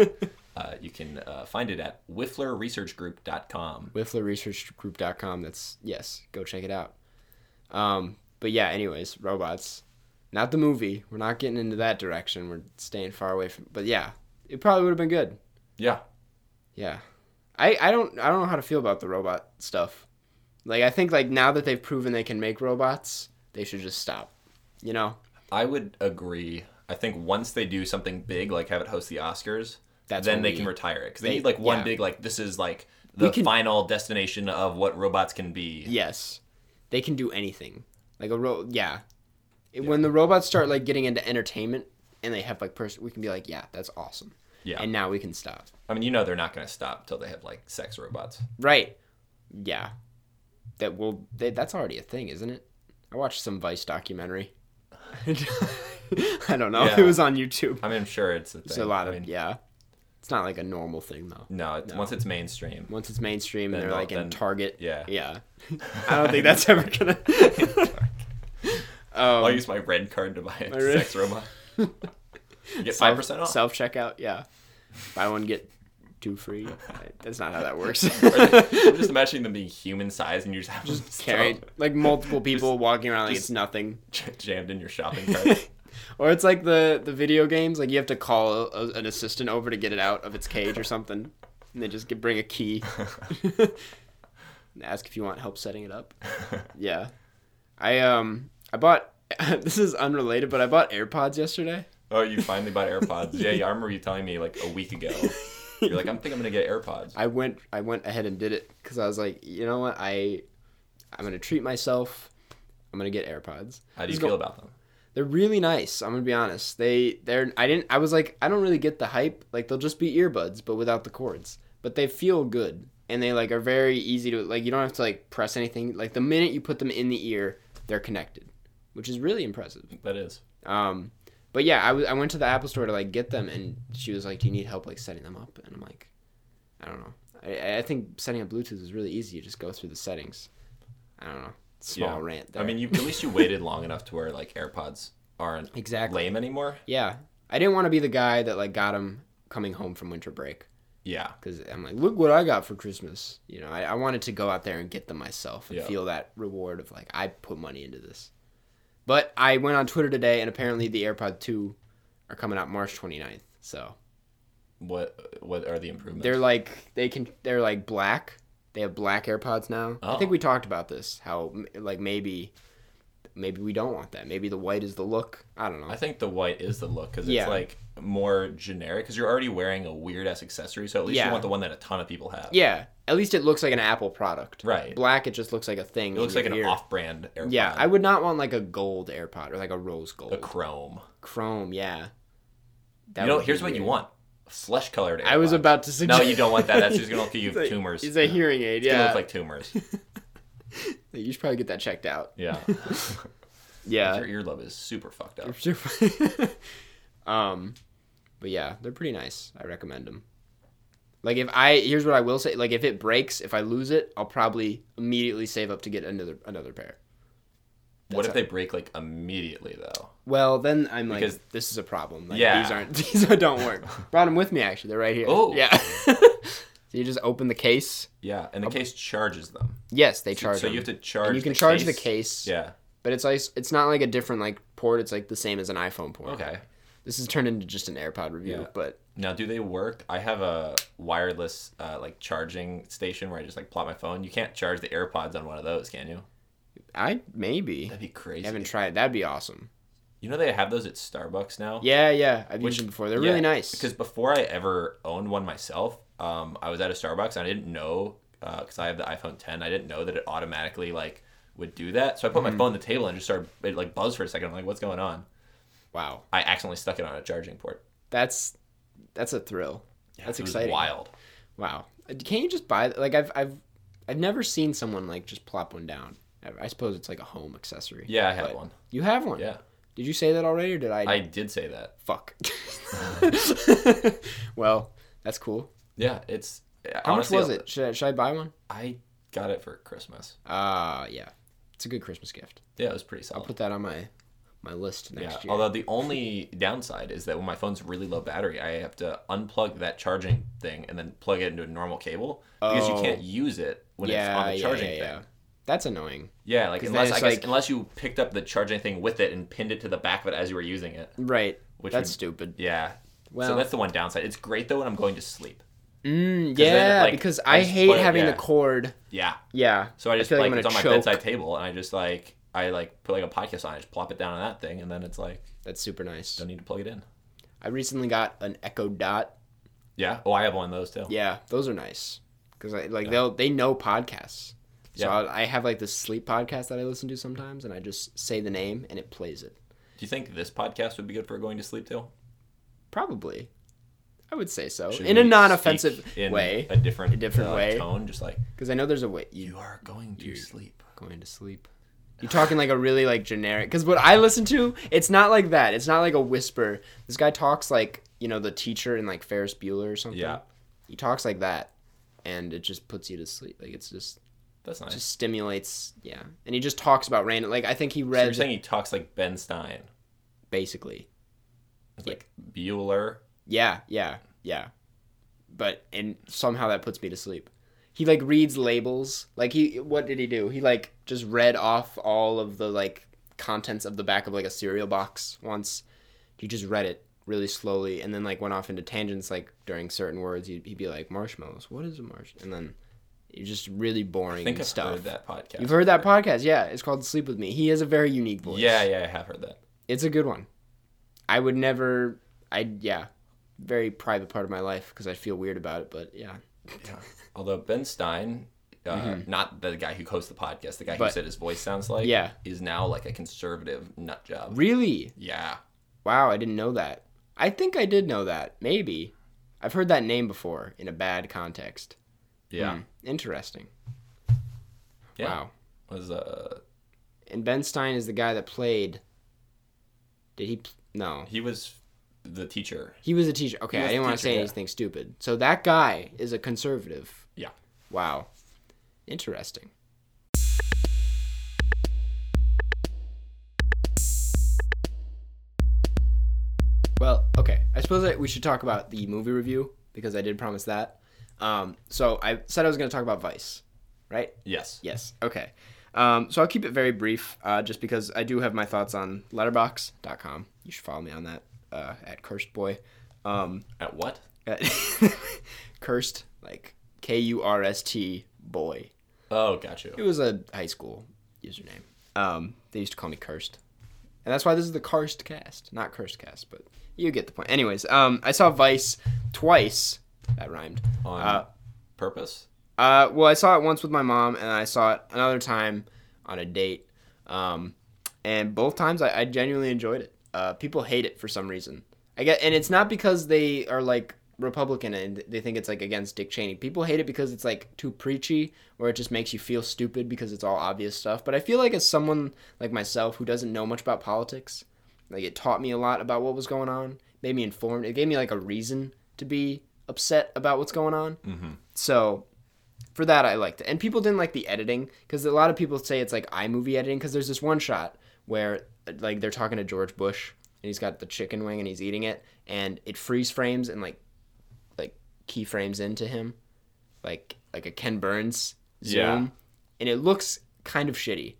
[SPEAKER 1] uh, you can uh, find it at whifflerresearchgroup.com.
[SPEAKER 2] WIFLAResearchGroup.com. That's yes. Go check it out. Um, but yeah. Anyways, robots. Not the movie. We're not getting into that direction. We're staying far away from. But yeah, it probably would have been good.
[SPEAKER 1] Yeah,
[SPEAKER 2] Yeah. I, I don't I don't know how to feel about the robot stuff. Like I think like now that they've proven they can make robots, they should just stop. You know?
[SPEAKER 1] I would agree. I think once they do something big, like have it host the Oscars,
[SPEAKER 2] That's
[SPEAKER 1] then
[SPEAKER 2] when
[SPEAKER 1] they
[SPEAKER 2] we-
[SPEAKER 1] can retire it because they,
[SPEAKER 2] they-
[SPEAKER 1] need like one
[SPEAKER 2] yeah.
[SPEAKER 1] big like this is like the
[SPEAKER 2] can-
[SPEAKER 1] final destination of what robots can be.
[SPEAKER 2] Yes. They can do anything. Like a ro yeah. It- When the robots start like getting into entertainment and they have like person we can be like, yeah, that's awesome.
[SPEAKER 1] Yeah.
[SPEAKER 2] And now we can stop.
[SPEAKER 1] I mean, you know, they're not going to stop until they have like sex robots.
[SPEAKER 2] Right. Yeah. That will they, that's already a thing, isn't it? I watched some Vice documentary. I don't know.
[SPEAKER 1] Yeah.
[SPEAKER 2] It was on YouTube.
[SPEAKER 1] I mean, I'm sure it's a thing.
[SPEAKER 2] It's a lot
[SPEAKER 1] I
[SPEAKER 2] of
[SPEAKER 1] mean,
[SPEAKER 2] yeah. It's not like a normal thing though.
[SPEAKER 1] no, it's, Once it's mainstream,
[SPEAKER 2] Once it's mainstream and
[SPEAKER 1] Then
[SPEAKER 2] they're
[SPEAKER 1] they'll-
[SPEAKER 2] like in
[SPEAKER 1] then-
[SPEAKER 2] Target.
[SPEAKER 1] yeah.
[SPEAKER 2] Yeah. I don't think that's ever gonna. Oh,
[SPEAKER 1] I'll use my red card to buy a
[SPEAKER 2] red-
[SPEAKER 1] sex robot. You get five percent off.
[SPEAKER 2] Self checkout. Yeah. Buy one get two free. That's not how that works.
[SPEAKER 1] I'm just imagining them being human sized and you just have them just
[SPEAKER 2] Carried like multiple people walking around like it's nothing.
[SPEAKER 1] jammed in your shopping cart.
[SPEAKER 2] Or it's like the the video games. Like you have to call a, an assistant over to get it out of its cage or something, and they just get, bring a key. And ask if you want help setting it up. yeah, I um I bought. this is unrelated, but I bought AirPods yesterday.
[SPEAKER 1] oh, you finally bought AirPods. Yeah, yeah, I remember you telling me like a week ago. You're like, I'm thinking I'm gonna get AirPods.
[SPEAKER 2] I went I went ahead and did it because I was like, you know what, I I'm gonna treat myself. I'm gonna get AirPods.
[SPEAKER 1] How do you
[SPEAKER 2] Just
[SPEAKER 1] feel
[SPEAKER 2] go-
[SPEAKER 1] about them?
[SPEAKER 2] They're really nice. I'm gonna be honest. They they're I didn't I was like I don't really get the hype. Like they'll just be earbuds but without the cords. But they feel good and they like are very easy to like. You don't have to like press anything. Like the minute you put them in the ear, they're connected, which is really impressive.
[SPEAKER 1] That is.
[SPEAKER 2] Um, but yeah, I w- I went to the Apple store to like get them, and she was like, "Do you need help like setting them up?" And I'm like, "I don't know. I, I think setting up Bluetooth is really easy. You just go through the settings. I don't know. Small
[SPEAKER 1] Yeah.
[SPEAKER 2] rant. There.
[SPEAKER 1] I mean, you at least you waited long enough to where like AirPods aren't
[SPEAKER 2] Exactly.
[SPEAKER 1] lame anymore.
[SPEAKER 2] yeah, I didn't want to be the guy that like got them coming home from winter break
[SPEAKER 1] Yeah,
[SPEAKER 2] because I'm like, look what I got for Christmas. You know, I, I wanted to go out there and get them myself and
[SPEAKER 1] Yeah.
[SPEAKER 2] feel that reward of like I put money into this. But I went on Twitter today, and apparently the AirPod 2 are coming out March 29th. So.
[SPEAKER 1] what what are the improvements?
[SPEAKER 2] They're like they can. They're like black. They have black AirPods now. I think
[SPEAKER 1] Oh.
[SPEAKER 2] we talked about this. How m- like maybe, maybe we don't want that. Maybe the white is the look. I don't know.
[SPEAKER 1] I think the white is the look because
[SPEAKER 2] Yeah.
[SPEAKER 1] it's like more generic because you're already wearing a weird ass accessory, so at least
[SPEAKER 2] Yeah.
[SPEAKER 1] you want the one that a ton of people have.
[SPEAKER 2] Yeah. At least it looks like an Apple product.
[SPEAKER 1] Right.
[SPEAKER 2] Black. It just looks like a thing.
[SPEAKER 1] It looks like an
[SPEAKER 2] ear.
[SPEAKER 1] off-brand AirPod.
[SPEAKER 2] Yeah, I would not want like a gold AirPod or like a rose gold,
[SPEAKER 1] a chrome.
[SPEAKER 2] chrome. Yeah. That
[SPEAKER 1] you know,
[SPEAKER 2] would be
[SPEAKER 1] here's what you
[SPEAKER 2] weird.
[SPEAKER 1] want: flesh colored.
[SPEAKER 2] I was about to
[SPEAKER 1] No,
[SPEAKER 2] suggest.
[SPEAKER 1] you don't want that. That's just gonna give you
[SPEAKER 2] It's a-
[SPEAKER 1] tumors.
[SPEAKER 2] It's a hearing aid.
[SPEAKER 1] It's gonna
[SPEAKER 2] Yeah.
[SPEAKER 1] look like tumors.
[SPEAKER 2] you should probably get that checked out.
[SPEAKER 1] Yeah,
[SPEAKER 2] Yeah. Uh,
[SPEAKER 1] your earlobe is super fucked up.
[SPEAKER 2] Super- Um, but yeah, they're pretty nice. I recommend them. Like if I here's what I will say. Like if it breaks, if I lose it, I'll probably immediately save up to get another another pair.
[SPEAKER 1] what
[SPEAKER 2] That's
[SPEAKER 1] if
[SPEAKER 2] a-
[SPEAKER 1] they break like immediately though?
[SPEAKER 2] Well, then I'm like,
[SPEAKER 1] Because-
[SPEAKER 2] this is a problem. Like,
[SPEAKER 1] Yeah.
[SPEAKER 2] these aren't these don't work. Brought them with me actually. They're right here.
[SPEAKER 1] Oh.
[SPEAKER 2] yeah. so you just open the case.
[SPEAKER 1] Yeah, and the case charges them.
[SPEAKER 2] Yes, they Um, charge.
[SPEAKER 1] so you have
[SPEAKER 2] them.
[SPEAKER 1] to charge.
[SPEAKER 2] And you
[SPEAKER 1] the
[SPEAKER 2] can charge the case.
[SPEAKER 1] Yeah.
[SPEAKER 2] But it's like it's not like a different like port. It's like the same as an iPhone port.
[SPEAKER 1] Okay.
[SPEAKER 2] This is turned into just an AirPod review,
[SPEAKER 1] Yeah.
[SPEAKER 2] but
[SPEAKER 1] Now, do they work? I have a wireless uh, like charging station where I just like plop my phone. You can't charge the AirPods on one of those, can you?
[SPEAKER 2] I maybe
[SPEAKER 1] That'd be crazy.
[SPEAKER 2] I haven't tried. That'd be awesome.
[SPEAKER 1] You know they have those at Starbucks now.
[SPEAKER 2] Yeah, yeah. I've used them before. They're really
[SPEAKER 1] Yeah,
[SPEAKER 2] nice.
[SPEAKER 1] Because before I ever owned one myself, um, I was at a Starbucks and I didn't know because I have the iPhone 10. I didn't know that it automatically like would do that. So I
[SPEAKER 2] Mm-hmm.
[SPEAKER 1] put my phone on the table and just started it like buzzed for a second. I'm like, what's going on?
[SPEAKER 2] wow,
[SPEAKER 1] I accidentally stuck it on a charging port.
[SPEAKER 2] that's that's a thrill. that's
[SPEAKER 1] It was
[SPEAKER 2] exciting.
[SPEAKER 1] Wild.
[SPEAKER 2] Wow. Uh, Can't you just buy like I've I've I've never seen someone like just plop one down. I- I suppose it's like a home accessory.
[SPEAKER 1] Yeah, I had
[SPEAKER 2] but-
[SPEAKER 1] one.
[SPEAKER 2] You have one.
[SPEAKER 1] Yeah,
[SPEAKER 2] Did you say that already, or did I?
[SPEAKER 1] I did say that.
[SPEAKER 2] Fuck. well, that's cool.
[SPEAKER 1] Yeah, it's.
[SPEAKER 2] How
[SPEAKER 1] honestly,
[SPEAKER 2] much was it? Should I, should I buy one?
[SPEAKER 1] I got it for Christmas.
[SPEAKER 2] Ah, yeah. It's a good Christmas gift.
[SPEAKER 1] Yeah, it was pretty
[SPEAKER 2] I'll
[SPEAKER 1] solid.
[SPEAKER 2] put that on my my list next
[SPEAKER 1] Yeah.
[SPEAKER 2] year.
[SPEAKER 1] Although the only downside is that when my phone's really low battery, I have to unplug that charging thing and then plug it into a normal cable because
[SPEAKER 2] Oh.
[SPEAKER 1] you can't use it when it's on the charging thing.
[SPEAKER 2] That's annoying.
[SPEAKER 1] Yeah, like
[SPEAKER 2] 'Cause then
[SPEAKER 1] unless I
[SPEAKER 2] it's
[SPEAKER 1] guess
[SPEAKER 2] like-
[SPEAKER 1] unless you picked up the charging thing with it and pinned it to the back of it as you were using it.
[SPEAKER 2] Right.
[SPEAKER 1] Which
[SPEAKER 2] that's
[SPEAKER 1] would-
[SPEAKER 2] stupid.
[SPEAKER 1] Yeah.
[SPEAKER 2] Well-
[SPEAKER 1] so that's the one downside. It's great though when I'm going to sleep.
[SPEAKER 2] Mm,
[SPEAKER 1] then it,
[SPEAKER 2] yeah,
[SPEAKER 1] like,
[SPEAKER 2] because
[SPEAKER 1] I
[SPEAKER 2] I
[SPEAKER 1] just
[SPEAKER 2] hate
[SPEAKER 1] put it-
[SPEAKER 2] having
[SPEAKER 1] yeah.
[SPEAKER 2] the cord.
[SPEAKER 1] Yeah.
[SPEAKER 2] Yeah.
[SPEAKER 1] So I just
[SPEAKER 2] feel like
[SPEAKER 1] like,
[SPEAKER 2] I'm
[SPEAKER 1] it's on
[SPEAKER 2] gonna
[SPEAKER 1] my
[SPEAKER 2] choke.
[SPEAKER 1] bedside table and I just like I like put like a podcast on, I just plop it down on that thing and then it's like
[SPEAKER 2] That's super nice.
[SPEAKER 1] don't need to plug it in.
[SPEAKER 2] I recently got an Echo Dot.
[SPEAKER 1] Yeah. Oh, I have one of those too.
[SPEAKER 2] Yeah, those are nice because I like they'll they know podcasts. So
[SPEAKER 1] Yeah.
[SPEAKER 2] I, I have like this sleep podcast that I listen to sometimes, and I just say the name and it plays it.
[SPEAKER 1] Do you think this podcast would be good for going to sleep too?
[SPEAKER 2] Probably, I would say so
[SPEAKER 1] Should
[SPEAKER 2] in a
[SPEAKER 1] we
[SPEAKER 2] non-offensive
[SPEAKER 1] speak in
[SPEAKER 2] way,
[SPEAKER 1] a different,
[SPEAKER 2] a different
[SPEAKER 1] uh,
[SPEAKER 2] way.
[SPEAKER 1] tone, just like
[SPEAKER 2] because I know there's a way you
[SPEAKER 1] you are going to sleep.
[SPEAKER 2] going to sleep. You're talking like a really like generic because what I listen to, it's not like that. It's not like a whisper. This guy talks like you know the teacher in like Ferris Bueller or something.
[SPEAKER 1] Yeah.
[SPEAKER 2] he talks like that, and it just puts you to sleep. Like it's just
[SPEAKER 1] That's nice.
[SPEAKER 2] just stimulates yeah and he just talks about random like i think he
[SPEAKER 1] so you're
[SPEAKER 2] read
[SPEAKER 1] saying he talks like Ben Stein,
[SPEAKER 2] basically
[SPEAKER 1] It's like Bueller.
[SPEAKER 2] yeah yeah yeah but and somehow that puts me to sleep he like reads labels like he what did he do he like just read off all of the like contents of the back of like a cereal box once he just read it really slowly and then like went off into tangents like during certain words he'd, he'd be like marshmallows what is a marsh and then it's just really boring
[SPEAKER 1] I think I've
[SPEAKER 2] stuff
[SPEAKER 1] heard that podcast.
[SPEAKER 2] you've heard that podcast yeah it's called sleep with me he has a very unique voice
[SPEAKER 1] Yeah, yeah, I have heard that.
[SPEAKER 2] It's a good one. I would never. I yeah, very private part of my life because I feel weird about it. But yeah,
[SPEAKER 1] Although Ben Stein, uh, not the guy who hosts the podcast, the guy
[SPEAKER 2] Mm-hmm.
[SPEAKER 1] who
[SPEAKER 2] But-
[SPEAKER 1] said his voice sounds like,
[SPEAKER 2] Yeah.
[SPEAKER 1] is now like a conservative nut job.
[SPEAKER 2] really?
[SPEAKER 1] Yeah,
[SPEAKER 2] Wow, I didn't know that. I think I did know that. Maybe I've heard that name before in a bad context.
[SPEAKER 1] yeah.
[SPEAKER 2] Hmm, interesting.
[SPEAKER 1] Yeah.
[SPEAKER 2] Wow.
[SPEAKER 1] Was uh,
[SPEAKER 2] And Ben Stein is the guy that played. Did he? pl- No,
[SPEAKER 1] he was the teacher.
[SPEAKER 2] he was a teacher. Okay, I
[SPEAKER 1] He was
[SPEAKER 2] didn't
[SPEAKER 1] the
[SPEAKER 2] want to
[SPEAKER 1] teacher,
[SPEAKER 2] say
[SPEAKER 1] yeah.
[SPEAKER 2] anything stupid. So that guy is a conservative.
[SPEAKER 1] Yeah.
[SPEAKER 2] Wow, interesting. Well, okay. I suppose that we should talk about the movie review because I did promise that. Um, so I said I was going to talk about Vice, right?
[SPEAKER 1] Yes.
[SPEAKER 2] Yes. Okay. Um, so I'll keep it very brief, uh, just because I do have my thoughts on Letterbox.com. You should follow me on that uh, at Cursed Boy. Um,
[SPEAKER 1] At what?
[SPEAKER 2] at cursed, like K U R S T Boy.
[SPEAKER 1] Oh, got
[SPEAKER 2] It
[SPEAKER 1] you.
[SPEAKER 2] was a high school username. Um, they used to call me Cursed, and that's why this is the Cursed Cast, not Cursed Cast, but you get the point. Anyways, um, I saw Vice twice. That rhymed.
[SPEAKER 1] On
[SPEAKER 2] Uh,
[SPEAKER 1] purpose.
[SPEAKER 2] Uh, well, I saw it once with my mom, and I saw it another time on a date. Um, and both times I, I genuinely enjoyed it. Uh, people hate it for some reason. I get, and it's not because they are like Republican and they think it's like against Dick Cheney. People hate it because it's like too preachy, or it just makes you feel stupid because it's all obvious stuff. But I feel like as someone like myself who doesn't know much about politics, like it taught me a lot about what was going on. made me informed. It gave me like a reason to be upset about what's going on. Mm-hmm. So for that, I liked it. And people didn't like the editing because a lot of people say it's like iMovie editing because there's this one shot where like they're talking to George Bush and he's got the chicken wing and he's eating it and it freeze frames and like like keyframes into him like like a Ken Burns zoom
[SPEAKER 1] Yeah.
[SPEAKER 2] and it looks kind of shitty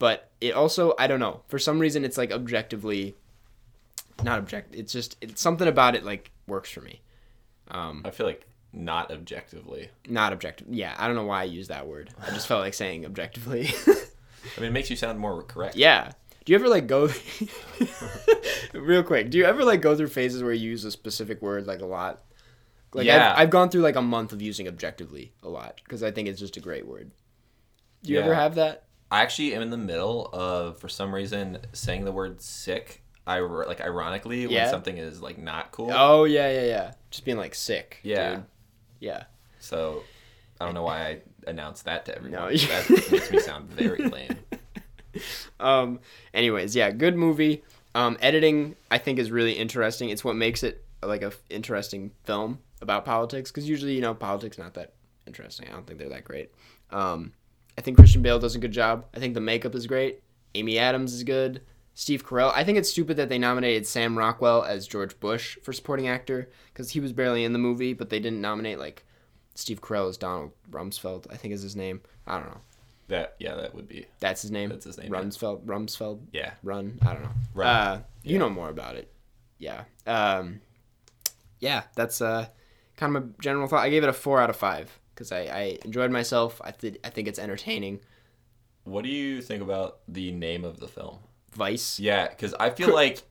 [SPEAKER 2] but it also I don't know for some reason it's like objectively not object it's just it's something about it like works for me
[SPEAKER 1] I feel like not objectively.
[SPEAKER 2] not objective yeah I don't know why I use that word I just felt like saying objectively
[SPEAKER 1] I mean, it makes you sound more correct.
[SPEAKER 2] Yeah. Do you ever like go real quick? Do you ever like go through phases where you use a specific word like a lot? Like
[SPEAKER 1] Yeah.
[SPEAKER 2] I've, I've gone through like a month of using objectively a lot because I think it's just a great word. Do you ever
[SPEAKER 1] Yeah.
[SPEAKER 2] have that?
[SPEAKER 1] I actually am in the middle of, for some reason, saying the word sick. I like ironically
[SPEAKER 2] Yeah.
[SPEAKER 1] when something is like not cool.
[SPEAKER 2] Oh yeah, yeah, yeah. Just being like sick.
[SPEAKER 1] yeah.
[SPEAKER 2] dude. Yeah.
[SPEAKER 1] So I don't know why I announced that to everyone.
[SPEAKER 2] No.
[SPEAKER 1] that makes me sound very lame.
[SPEAKER 2] Um. Anyways, yeah. Good movie. Um. Editing I think is really interesting. It's what makes it like a f- interesting film about politics because usually you know politics not that interesting. I don't think they're that great. Um, I think Christian Bale does a good job. I think the makeup is great. Amy Adams is good. Steve Carell. I think it's stupid that they nominated Sam Rockwell as George Bush for supporting actor because he was barely in the movie, but they didn't nominate like Steve Carell as Donald Rumsfeld. I think is his name. I don't know.
[SPEAKER 1] That yeah, that would be
[SPEAKER 2] That's his name.
[SPEAKER 1] That's his name, yeah.
[SPEAKER 2] Rumsfeld. Rumsfeld.
[SPEAKER 1] yeah.
[SPEAKER 2] Run. I don't know.
[SPEAKER 1] Run.
[SPEAKER 2] Uh, you know more about it. Yeah. Um, yeah. That's uh, kind of my general thought. I gave it a four out of five because I, I enjoyed myself. I th- I think it's entertaining.
[SPEAKER 1] What do you think about the name of the film?
[SPEAKER 2] Vice.
[SPEAKER 1] Yeah, because I feel like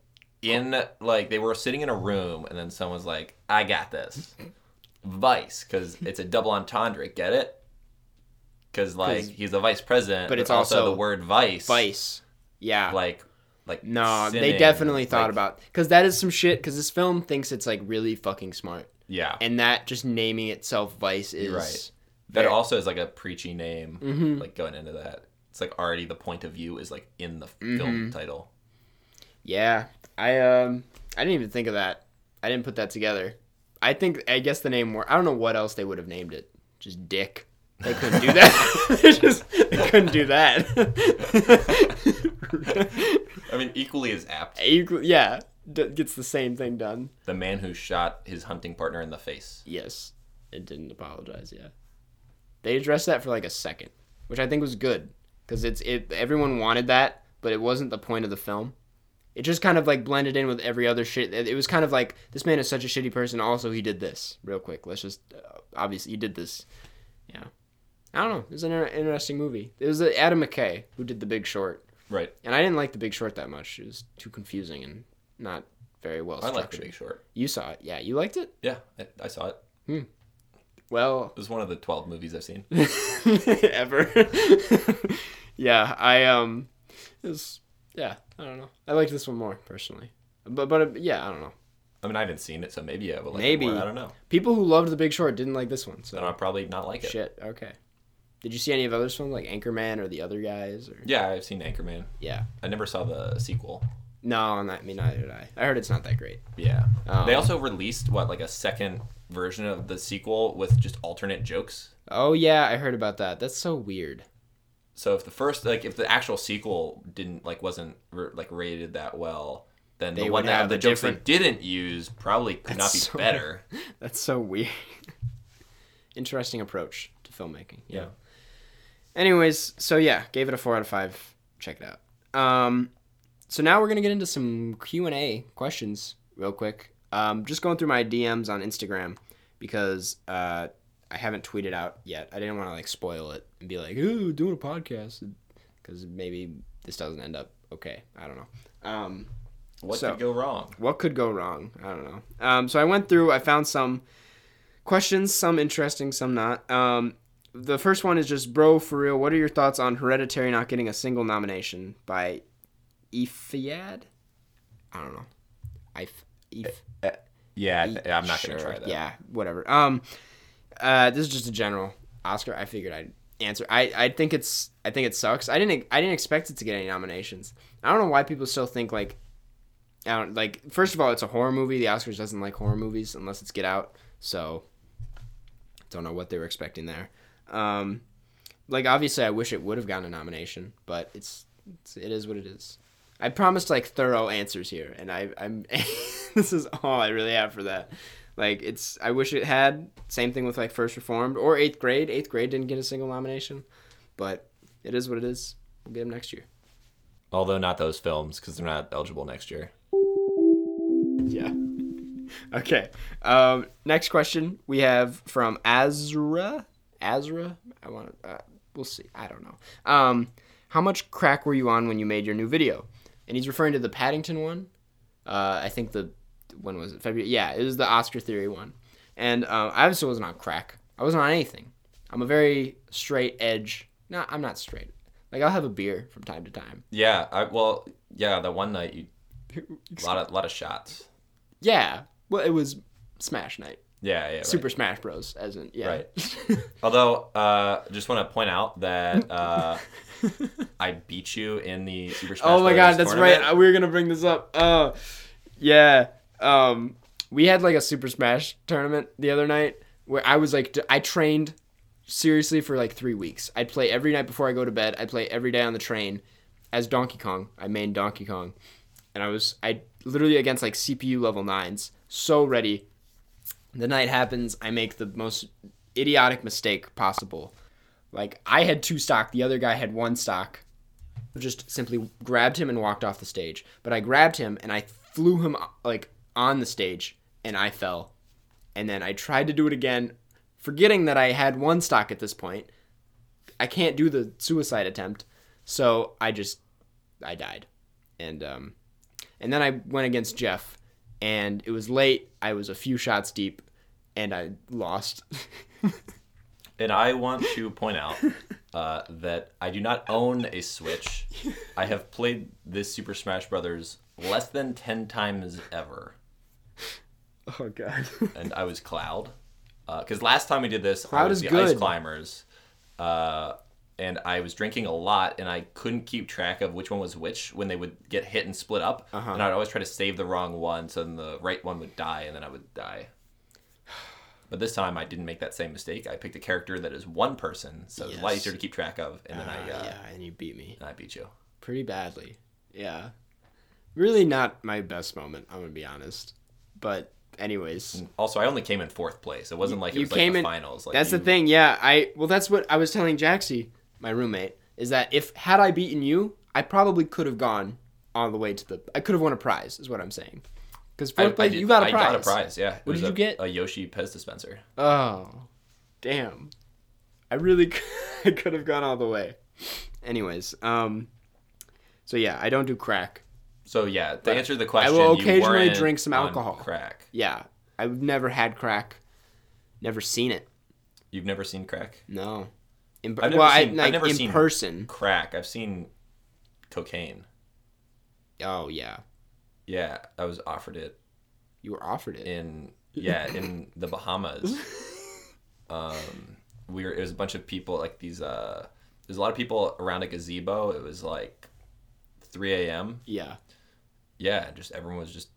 [SPEAKER 1] in like they were sitting in a room and then someone's like, "I got this." Vice, because it's a double entendre. Get it? Because like
[SPEAKER 2] 'Cause-
[SPEAKER 1] he's the vice president,
[SPEAKER 2] but it's also
[SPEAKER 1] the word vice.
[SPEAKER 2] Vice. Yeah.
[SPEAKER 1] Like, like
[SPEAKER 2] no, they
[SPEAKER 1] sinning,
[SPEAKER 2] definitely thought
[SPEAKER 1] like-
[SPEAKER 2] about because that is some shit. Because this film thinks it's like really fucking smart,
[SPEAKER 1] Yeah,
[SPEAKER 2] and that just naming itself Vice is
[SPEAKER 1] right. that
[SPEAKER 2] very-
[SPEAKER 1] also is like a preachy name.
[SPEAKER 2] Mm-hmm.
[SPEAKER 1] Like going into that, it's like already the point of view is like in the
[SPEAKER 2] Mm-hmm.
[SPEAKER 1] film title.
[SPEAKER 2] Yeah, I um, I didn't even think of that. I didn't put that together. I think I guess the name. Were, I don't know what else they would have named it. Just Dick. They couldn't do that. they just they couldn't do that.
[SPEAKER 1] I mean, equally as apt.
[SPEAKER 2] Equal- yeah, d- gets the same thing done.
[SPEAKER 1] The man who shot his hunting partner in the face.
[SPEAKER 2] Yes, it didn't apologize. Yeah, they addressed that for like a second, which I think was good because it's it. Everyone wanted that, but it wasn't the point of the film. It just kind of like blended in with every other shit. It it was kind of like this man is such a shitty person. Also, he did this real quick. Let's just uh, obviously he did this. Yeah, I don't know. It was an inter- interesting movie. It was uh, Adam McKay who did The Big Short,
[SPEAKER 1] Right.
[SPEAKER 2] and I didn't like The Big Short that much. It was too confusing and not very well
[SPEAKER 1] I
[SPEAKER 2] structured.
[SPEAKER 1] like The Big Short.
[SPEAKER 2] You saw it, yeah? You liked it?
[SPEAKER 1] Yeah, I, I saw it.
[SPEAKER 2] Well,
[SPEAKER 1] It was one of the 12 movies I've seen.
[SPEAKER 2] ever. yeah, I um, it was yeah, I don't know. I like this one more personally, but but uh, yeah, I don't know.
[SPEAKER 1] I mean, I haven't seen it, so maybe I will like
[SPEAKER 2] Maybe.
[SPEAKER 1] it more. I don't know.
[SPEAKER 2] People who loved The Big Short didn't like this one,
[SPEAKER 1] Then
[SPEAKER 2] so
[SPEAKER 1] I'll probably not like it.
[SPEAKER 2] shit. Okay, did you see any of others films like Anchorman or The Other Guys or
[SPEAKER 1] Yeah, I've seen Anchorman.
[SPEAKER 2] yeah?
[SPEAKER 1] I never saw the sequel.
[SPEAKER 2] No, not me. Neither did I. I heard it's not that great.
[SPEAKER 1] Yeah. Um,
[SPEAKER 2] Oh.
[SPEAKER 1] They also released, what, like a second version of the sequel with just alternate jokes?
[SPEAKER 2] Oh yeah, I heard about that. That's so weird.
[SPEAKER 1] So if the first, like, if the actual sequel didn't, like, wasn't, re- like, rated that well, then
[SPEAKER 2] They
[SPEAKER 1] the one
[SPEAKER 2] would
[SPEAKER 1] that
[SPEAKER 2] have
[SPEAKER 1] had the
[SPEAKER 2] a
[SPEAKER 1] jokes
[SPEAKER 2] different-
[SPEAKER 1] they didn't use probably could
[SPEAKER 2] That's
[SPEAKER 1] not be
[SPEAKER 2] so-
[SPEAKER 1] better.
[SPEAKER 2] That's so weird. Interesting approach to filmmaking. Yeah.
[SPEAKER 1] Yeah.
[SPEAKER 2] Anyways, so yeah, gave it a four out of five. Check it out. Um, so now we're gonna get into some Q and A questions real quick. Um, just going through my DMs on Instagram because uh, I haven't tweeted out yet. I didn't want to like spoil it and be like, "Ooh, doing a podcast," because maybe this doesn't end up okay. I don't know. Um,
[SPEAKER 1] What
[SPEAKER 2] So-
[SPEAKER 1] could go wrong?
[SPEAKER 2] what could go wrong? I don't know. Um, so I went through. I found some questions, some interesting, some not. Um, the first one is just, bro, for real. What are your thoughts on Hereditary not getting a single nomination by Ifiad? I don't know. I if
[SPEAKER 1] Yeah, I'm not going
[SPEAKER 2] sure,
[SPEAKER 1] to try that.
[SPEAKER 2] Yeah, whatever. Um, uh, this is just a general Oscar. I figured I'd answer. I, I think it's I think it sucks. I didn't I didn't expect it to get any nominations. I don't know why people still think like I don't like. First of all, it's a horror movie. The Oscars doesn't like horror movies unless it's Get Out. So, don't know what they were expecting there. Um, like obviously, I wish it would have gotten a nomination, but it's, it's it is what it is. I promised like thorough answers here, and I I'm this is all I really have for that. Like it's I wish it had same thing with like First Reformed or Eighth Grade. Eighth Grade didn't get a single nomination, but it is what it is. We'll get them next year.
[SPEAKER 1] Although not those films because they're not eligible next year.
[SPEAKER 2] yeah. Okay. Um, next question we have from Azra. Azra. I want to. Uh, we'll see. I don't know. Um, how much crack were you on when you made your new video? And he's referring to the Paddington one. Uh, I think the when was it February? Yeah, it was the Oscar theory one. And uh, I obviously wasn't on crack. I wasn't on anything. I'm a very straight edge. No, I'm not straight. Like I'll have a beer from time to time.
[SPEAKER 1] Yeah. I, well, yeah. The one night you a lot of lot of shots.
[SPEAKER 2] Yeah. Well, it was Smash Night.
[SPEAKER 1] Yeah. Yeah. right.
[SPEAKER 2] Super Smash Bros. As in, yeah.
[SPEAKER 1] Right. Although, uh, just want to point out that uh, I beat you in the Super Smash.
[SPEAKER 2] oh my god,
[SPEAKER 1] Brothers
[SPEAKER 2] that's
[SPEAKER 1] tournament.
[SPEAKER 2] right. We were gonna bring this up. Oh, yeah. Um, we had like a Super Smash tournament the other night where I was like, d- I trained seriously for like three weeks. I'd play every night before I go to bed. I play every day on the train as Donkey Kong. I main Donkey Kong, and I was I literally against like CPU level nines, so ready. The night happens. I make the most idiotic mistake possible. Like I had two stock, the other guy had one stock. Just simply grabbed him and walked off the stage. But I grabbed him and I flew him like on the stage and I fell. And then I tried to do it again, forgetting that I had one stock at this point. I can't do the suicide attempt, so I just I died. And um and then I went against Jeff and it was late. I was a few shots deep and I lost.
[SPEAKER 1] And I want to point out uh, that I do not own a Switch. I have played this Super Smash Brothers less than ten times ever,
[SPEAKER 2] oh god.
[SPEAKER 1] and I was Cloud. Because last time we did this, I
[SPEAKER 2] Cloud
[SPEAKER 1] was
[SPEAKER 2] is
[SPEAKER 1] the Ice
[SPEAKER 2] good.
[SPEAKER 1] Climbers, uh, and I was drinking a lot, and I couldn't keep track of which one was which when they would get hit and split up,
[SPEAKER 2] Uh-huh.
[SPEAKER 1] and I'd always try to save the wrong one, so then the right one would die, and then I would die. But this time I didn't make that same mistake. I picked a character that is one person, so it's a
[SPEAKER 2] Yes.
[SPEAKER 1] lot
[SPEAKER 2] Ah,
[SPEAKER 1] easier to keep track of, and then I uh,
[SPEAKER 2] yeah, and you beat me.
[SPEAKER 1] and I beat you.
[SPEAKER 2] pretty badly. Yeah. Really not my best moment, I'm going to be honest. But anyways,
[SPEAKER 1] Also, I only came in fourth place. It wasn't Mm, like it
[SPEAKER 2] you
[SPEAKER 1] was like
[SPEAKER 2] came
[SPEAKER 1] the
[SPEAKER 2] in-
[SPEAKER 1] finals. Like
[SPEAKER 2] that's
[SPEAKER 1] you,
[SPEAKER 2] the thing. Yeah, I well that's what I was telling Jaxie, my roommate, is that if had I beaten you, I probably could have gone all the way to the I could have won a prize, is what I'm saying. Cuz
[SPEAKER 1] I,
[SPEAKER 2] fourth
[SPEAKER 1] I
[SPEAKER 2] place
[SPEAKER 1] did-
[SPEAKER 2] you got a
[SPEAKER 1] I
[SPEAKER 2] prize.
[SPEAKER 1] got a prize. Yeah. It was
[SPEAKER 2] did you
[SPEAKER 1] a-
[SPEAKER 2] get?
[SPEAKER 1] A Yoshi Pez dispenser.
[SPEAKER 2] Oh. Damn. I really c- I could have gone all the way. Anyways, um so yeah, I don't do crack.
[SPEAKER 1] So yeah, to
[SPEAKER 2] Right.
[SPEAKER 1] answer the question,
[SPEAKER 2] will
[SPEAKER 1] you
[SPEAKER 2] occasionally
[SPEAKER 1] weren't
[SPEAKER 2] drink some
[SPEAKER 1] on
[SPEAKER 2] alcohol.
[SPEAKER 1] Crack.
[SPEAKER 2] Yeah, I've never had crack. Never seen it.
[SPEAKER 1] You've never seen crack?
[SPEAKER 2] No. In,
[SPEAKER 1] I've never
[SPEAKER 2] well, I,
[SPEAKER 1] seen- I've
[SPEAKER 2] like,
[SPEAKER 1] never
[SPEAKER 2] in
[SPEAKER 1] seen-
[SPEAKER 2] person.
[SPEAKER 1] Crack. I've seen cocaine.
[SPEAKER 2] Oh yeah,
[SPEAKER 1] Yeah, I was offered it
[SPEAKER 2] you were offered it.
[SPEAKER 1] in yeah in the Bahamas. Um, we were it was a bunch of people like these. Uh, there's a lot of people around a gazebo. It was like 3 a.m.
[SPEAKER 2] Yeah.
[SPEAKER 1] Yeah, just everyone was just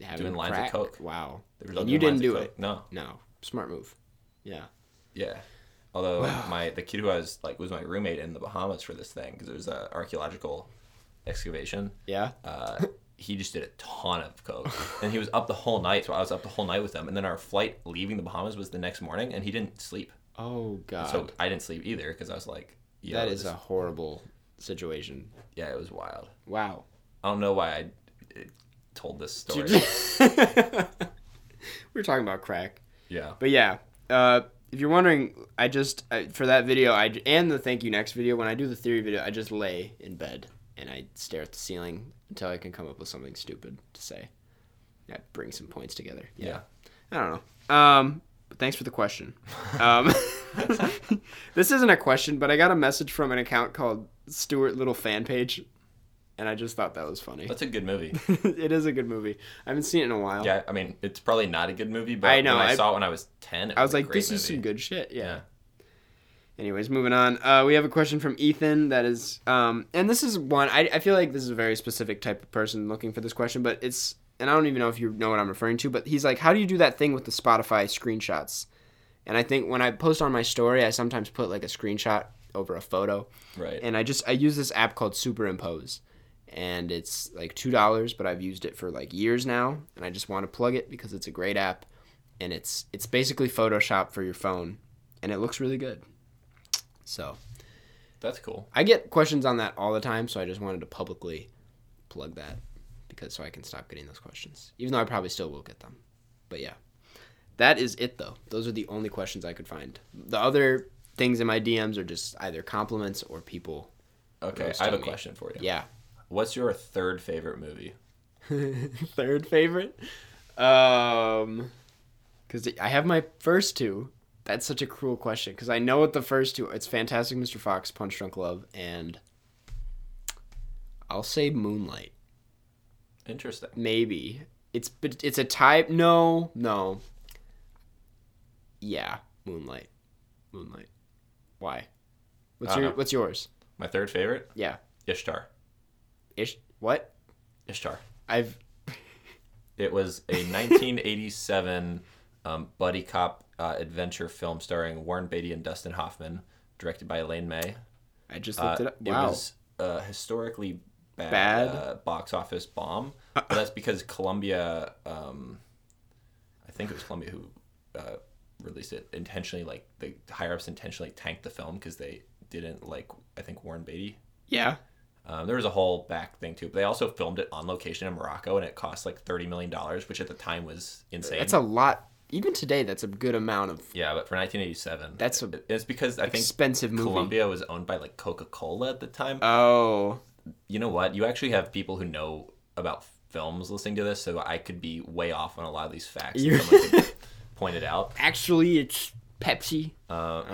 [SPEAKER 2] Having
[SPEAKER 1] Doing lines of
[SPEAKER 2] crack.
[SPEAKER 1] coke.
[SPEAKER 2] Wow.
[SPEAKER 1] There
[SPEAKER 2] And
[SPEAKER 1] other
[SPEAKER 2] you didn't
[SPEAKER 1] lines of
[SPEAKER 2] do
[SPEAKER 1] coke.
[SPEAKER 2] it.
[SPEAKER 1] No.
[SPEAKER 2] No. Smart move. Yeah.
[SPEAKER 1] Yeah. Although my the kid who I was like was my roommate in the Bahamas for this thing because it was an archaeological excavation.
[SPEAKER 2] Yeah.
[SPEAKER 1] Uh, he just did a ton of coke, and he was up the whole night. So I was up the whole night with him, and then our flight leaving the Bahamas was the next morning, and he didn't sleep.
[SPEAKER 2] Oh god.
[SPEAKER 1] So I didn't sleep either because I was like, yo,
[SPEAKER 2] that is
[SPEAKER 1] this-
[SPEAKER 2] a horrible situation.
[SPEAKER 1] yeah, it was wild.
[SPEAKER 2] Wow.
[SPEAKER 1] I don't know why I uh, told this story.
[SPEAKER 2] We were talking about crack.
[SPEAKER 1] yeah,
[SPEAKER 2] But yeah, uh, if you're wondering, I just I, for that video, I j- and the thank you next video. When I do the theory video, I just lay in bed and I stare at the ceiling until I can come up with something stupid to say. Yeah, bring some points together.
[SPEAKER 1] yeah.
[SPEAKER 2] I don't know. Um, but thanks for the question. Um, this isn't a question, but I got a message from an account called Stuart Little Fan Page, and I just thought that was funny.
[SPEAKER 1] That's a good movie.
[SPEAKER 2] it is a good movie. I haven't seen it in a while.
[SPEAKER 1] Yeah, I mean, it's probably not a good movie, but
[SPEAKER 2] I know,
[SPEAKER 1] when I,
[SPEAKER 2] I-
[SPEAKER 1] saw it when I was ten. It
[SPEAKER 2] I was
[SPEAKER 1] a
[SPEAKER 2] like,
[SPEAKER 1] great
[SPEAKER 2] this is
[SPEAKER 1] movie.
[SPEAKER 2] some good shit. yeah.
[SPEAKER 1] Yeah.
[SPEAKER 2] Anyways, moving on. Uh, we have a question from Ethan that is, um, and this is one, I, I feel like this is a very specific type of person looking for this question, but it's, and I don't even know if you know what I'm referring to, but he's like, how do you do that thing with the Spotify screenshots? And I think when I post on my story, I sometimes put like a screenshot over a photo.
[SPEAKER 1] Right.
[SPEAKER 2] And I just, I use this app called Superimpose. And it's like $2, but I've used it for like years now. And I just want to plug it because it's a great app. And it's, it's basically Photoshop for your phone. And it looks really good. So
[SPEAKER 1] That's cool.
[SPEAKER 2] I get questions on that all the time, so I just wanted to publicly plug that because so I can stop getting those questions. Even though I probably still will get them. But yeah. That is it though. Those are the only questions I could find. The other things in my DMs are just either compliments or people.
[SPEAKER 1] Okay, I
[SPEAKER 2] Roasting
[SPEAKER 1] have a
[SPEAKER 2] me.
[SPEAKER 1] question for you.
[SPEAKER 2] Yeah.
[SPEAKER 1] What's your third favorite movie?
[SPEAKER 2] Third favorite. Um cuz I have my first two. That's such a cruel question cuz I know what the first two it's Fantastic Mr. Fox, Punch Drunk Love and I'll say Moonlight.
[SPEAKER 1] Interesting.
[SPEAKER 2] Maybe it's but it's a type. No, no. Yeah, Moonlight, Moonlight. Why? What's
[SPEAKER 1] I don't
[SPEAKER 2] your
[SPEAKER 1] know.
[SPEAKER 2] What's yours?
[SPEAKER 1] My third favorite?
[SPEAKER 2] Yeah,
[SPEAKER 1] Ishtar.
[SPEAKER 2] ish. What?
[SPEAKER 1] Ishtar.
[SPEAKER 2] I've
[SPEAKER 1] It was a 1987 um, buddy cop uh, adventure film starring Warren Beatty and Dustin Hoffman, directed by Elaine May.
[SPEAKER 2] I just
[SPEAKER 1] Uh,
[SPEAKER 2] looked it up.
[SPEAKER 1] It
[SPEAKER 2] Wow.
[SPEAKER 1] was a historically bad,
[SPEAKER 2] Bad? Uh-uh.
[SPEAKER 1] Uh, box office bomb. But that's because Columbia, um, I think it was Columbia who uh, released it intentionally, like the higher ups intentionally tanked the film because they didn't like, I think, Warren Beatty.
[SPEAKER 2] yeah.
[SPEAKER 1] Um, there was a whole back thing too, but they also filmed it on location in Morocco, and it cost like thirty million dollars, which at the time was insane.
[SPEAKER 2] That's a lot. Even today, that's a good amount of
[SPEAKER 1] yeah, but for nineteen eighty-seven,
[SPEAKER 2] That's a
[SPEAKER 1] it's because I think
[SPEAKER 2] expensive movie.
[SPEAKER 1] Colombia was owned by like Coca-Cola at the time.
[SPEAKER 2] Oh,
[SPEAKER 1] you know what? You actually have people who know about films listening to this, so I could be way off on a lot of these facts.
[SPEAKER 2] You're-
[SPEAKER 1] And someone could point it out.
[SPEAKER 2] actually, it's Pepsi.
[SPEAKER 1] Uh,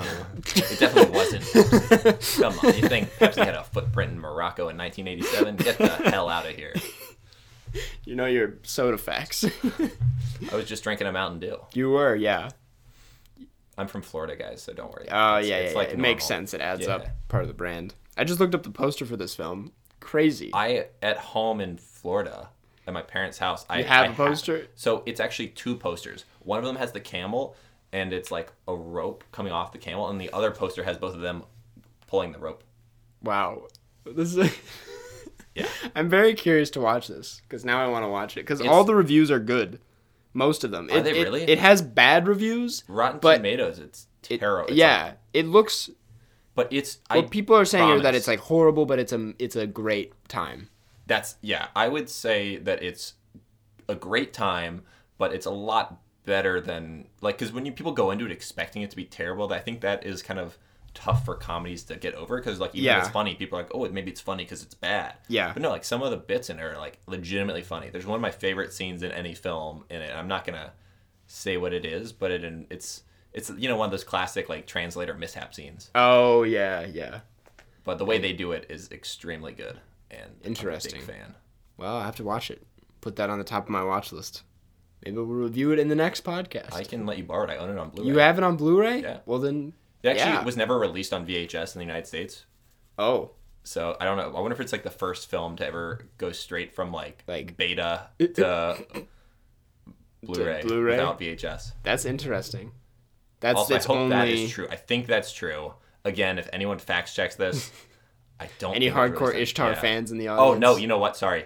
[SPEAKER 1] It definitely wasn't. Pepsi. Come on, you think Pepsi had a footprint in Morocco in 1987? Get the hell out of here!
[SPEAKER 2] You know your soda facts.
[SPEAKER 1] I was just drinking a Mountain Dew.
[SPEAKER 2] you were, yeah.
[SPEAKER 1] I'm from Florida, guys, so don't worry.
[SPEAKER 2] Oh
[SPEAKER 1] It's-
[SPEAKER 2] yeah,
[SPEAKER 1] it's
[SPEAKER 2] yeah,
[SPEAKER 1] like
[SPEAKER 2] yeah. it makes
[SPEAKER 1] normal.
[SPEAKER 2] sense. It adds
[SPEAKER 1] Yeah.
[SPEAKER 2] up. Part of the brand. I just looked up the poster for this film. Crazy.
[SPEAKER 1] I at home in Florida at my parents' house. I
[SPEAKER 2] You have
[SPEAKER 1] I
[SPEAKER 2] a poster?
[SPEAKER 1] so it's actually two posters. One of them has the camel, and it's like a rope coming off the camel, and the other poster has both of them pulling the rope.
[SPEAKER 2] Wow. This is.
[SPEAKER 1] Yeah.
[SPEAKER 2] I'm very curious to watch this because now I want to watch it because all the reviews are good. Most of them. Are it,
[SPEAKER 1] they
[SPEAKER 2] it-
[SPEAKER 1] really?
[SPEAKER 2] It, has bad reviews.
[SPEAKER 1] Rotten
[SPEAKER 2] But-
[SPEAKER 1] Tomatoes, it's
[SPEAKER 2] It-
[SPEAKER 1] terrible. It's like-
[SPEAKER 2] yeah. it looks.
[SPEAKER 1] but it's I,
[SPEAKER 2] What people are saying are that
[SPEAKER 1] promise.
[SPEAKER 2] it's like horrible, but it's a it's a great time.
[SPEAKER 1] that's yeah. I would say that it's a great time, but it's a lot better than like because when you people go into it expecting it to be terrible, I think that is kind of tough for comedies to get over because like even
[SPEAKER 2] Yeah.
[SPEAKER 1] if it's funny, people are like, oh, it- maybe it's funny because it's bad.
[SPEAKER 2] Yeah.
[SPEAKER 1] but no, like some of the bits in it are like legitimately funny. There's one of my favorite scenes in any film in it. I'm not gonna say what it is, but it and it's it's you know one of those classic like translator mishap scenes.
[SPEAKER 2] Oh yeah, yeah.
[SPEAKER 1] But the way they do it is extremely good and
[SPEAKER 2] Interesting.
[SPEAKER 1] I'm a big fan.
[SPEAKER 2] Well, I have to watch it. Put that on the top of my watch list. Maybe we'll review it in the next podcast.
[SPEAKER 1] I can let you borrow it. I own it on Blu-ray.
[SPEAKER 2] You have it on Blu-ray?
[SPEAKER 1] Yeah.
[SPEAKER 2] Well then.
[SPEAKER 1] it actually
[SPEAKER 2] yeah.
[SPEAKER 1] was never released on VHS in the United States.
[SPEAKER 2] Oh,
[SPEAKER 1] So I don't know. I wonder if it's like the first film to ever go straight from like
[SPEAKER 2] Like-
[SPEAKER 1] beta to Blu-ray,
[SPEAKER 2] Blu-ray?
[SPEAKER 1] without VHS.
[SPEAKER 2] that's interesting. That's
[SPEAKER 1] Also, I
[SPEAKER 2] its
[SPEAKER 1] hope
[SPEAKER 2] only
[SPEAKER 1] that is true. I think that's true. Again, if anyone fact checks this, I don't.
[SPEAKER 2] any
[SPEAKER 1] think it was
[SPEAKER 2] hardcore
[SPEAKER 1] released on-
[SPEAKER 2] Ishtar
[SPEAKER 1] yeah.
[SPEAKER 2] fans in the
[SPEAKER 1] Oh
[SPEAKER 2] audience.
[SPEAKER 1] no! You know what? Sorry,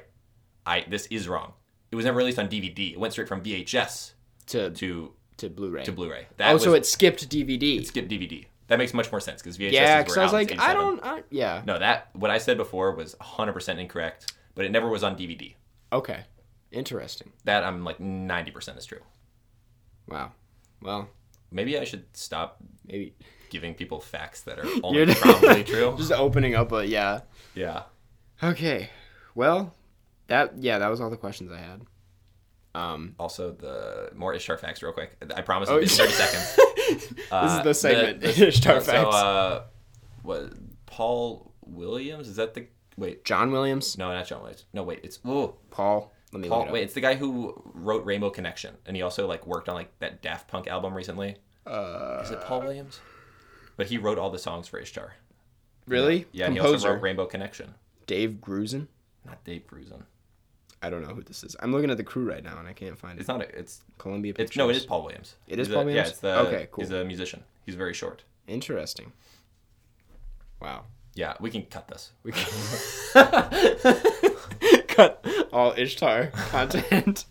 [SPEAKER 1] I this is wrong. It was never released on DVD. It went straight from VHS
[SPEAKER 2] to to,
[SPEAKER 1] to
[SPEAKER 2] Blu-ray.
[SPEAKER 1] to Blu-ray. That
[SPEAKER 2] oh, so
[SPEAKER 1] was
[SPEAKER 2] it skipped DVD.
[SPEAKER 1] skip DVD. That makes much more sense because VHS.
[SPEAKER 2] yeah,
[SPEAKER 1] because
[SPEAKER 2] because I was like, I don't. I, yeah.
[SPEAKER 1] No, that what I said before was 100% incorrect, but it never was on DVD.
[SPEAKER 2] Okay. Interesting.
[SPEAKER 1] That I'm like 90% is true.
[SPEAKER 2] Wow. Well,
[SPEAKER 1] Maybe I should stop
[SPEAKER 2] maybe
[SPEAKER 1] giving people facts that are
[SPEAKER 2] You're-
[SPEAKER 1] only probably true.
[SPEAKER 2] just opening up a yeah.
[SPEAKER 1] Yeah.
[SPEAKER 2] Okay. Well, that yeah, that was all the questions I had. Um,
[SPEAKER 1] Also, the more Ishtar facts, real quick. I promise
[SPEAKER 2] Oh,
[SPEAKER 1] it'll be 30 seconds.
[SPEAKER 2] this
[SPEAKER 1] Uh,
[SPEAKER 2] is the segment
[SPEAKER 1] the-
[SPEAKER 2] Ishtar
[SPEAKER 1] so,
[SPEAKER 2] facts.
[SPEAKER 1] uh, what, Paul Williams? Is that the. Wait.
[SPEAKER 2] John Williams,
[SPEAKER 1] No, not John Williams. No, wait. It's. Oh,
[SPEAKER 2] Paul. Let me
[SPEAKER 1] Paul.
[SPEAKER 2] look it up.
[SPEAKER 1] Wait, it's the guy who wrote Rainbow Connection, and he also like worked on like that Daft Punk album recently.
[SPEAKER 2] Uh,
[SPEAKER 1] Is it Paul Williams? But he wrote all the songs for Ishtar.
[SPEAKER 2] Really?
[SPEAKER 1] Yeah, and he also
[SPEAKER 2] Composer
[SPEAKER 1] wrote Rainbow Connection.
[SPEAKER 2] Dave Grusin.
[SPEAKER 1] Not Dave Grusin.
[SPEAKER 2] I don't know who this is. I'm looking at the crew right now and I can't find it.
[SPEAKER 1] It's not. A, it's
[SPEAKER 2] Columbia Pictures.
[SPEAKER 1] it's no. It is Paul Williams.
[SPEAKER 2] It is
[SPEAKER 1] He's a-
[SPEAKER 2] Paul Williams?
[SPEAKER 1] Yeah, it's the.
[SPEAKER 2] Okay, cool.
[SPEAKER 1] He's a musician. He's very short.
[SPEAKER 2] Interesting. Wow.
[SPEAKER 1] Yeah, we can cut this.
[SPEAKER 2] We can- cut all Ishtar content.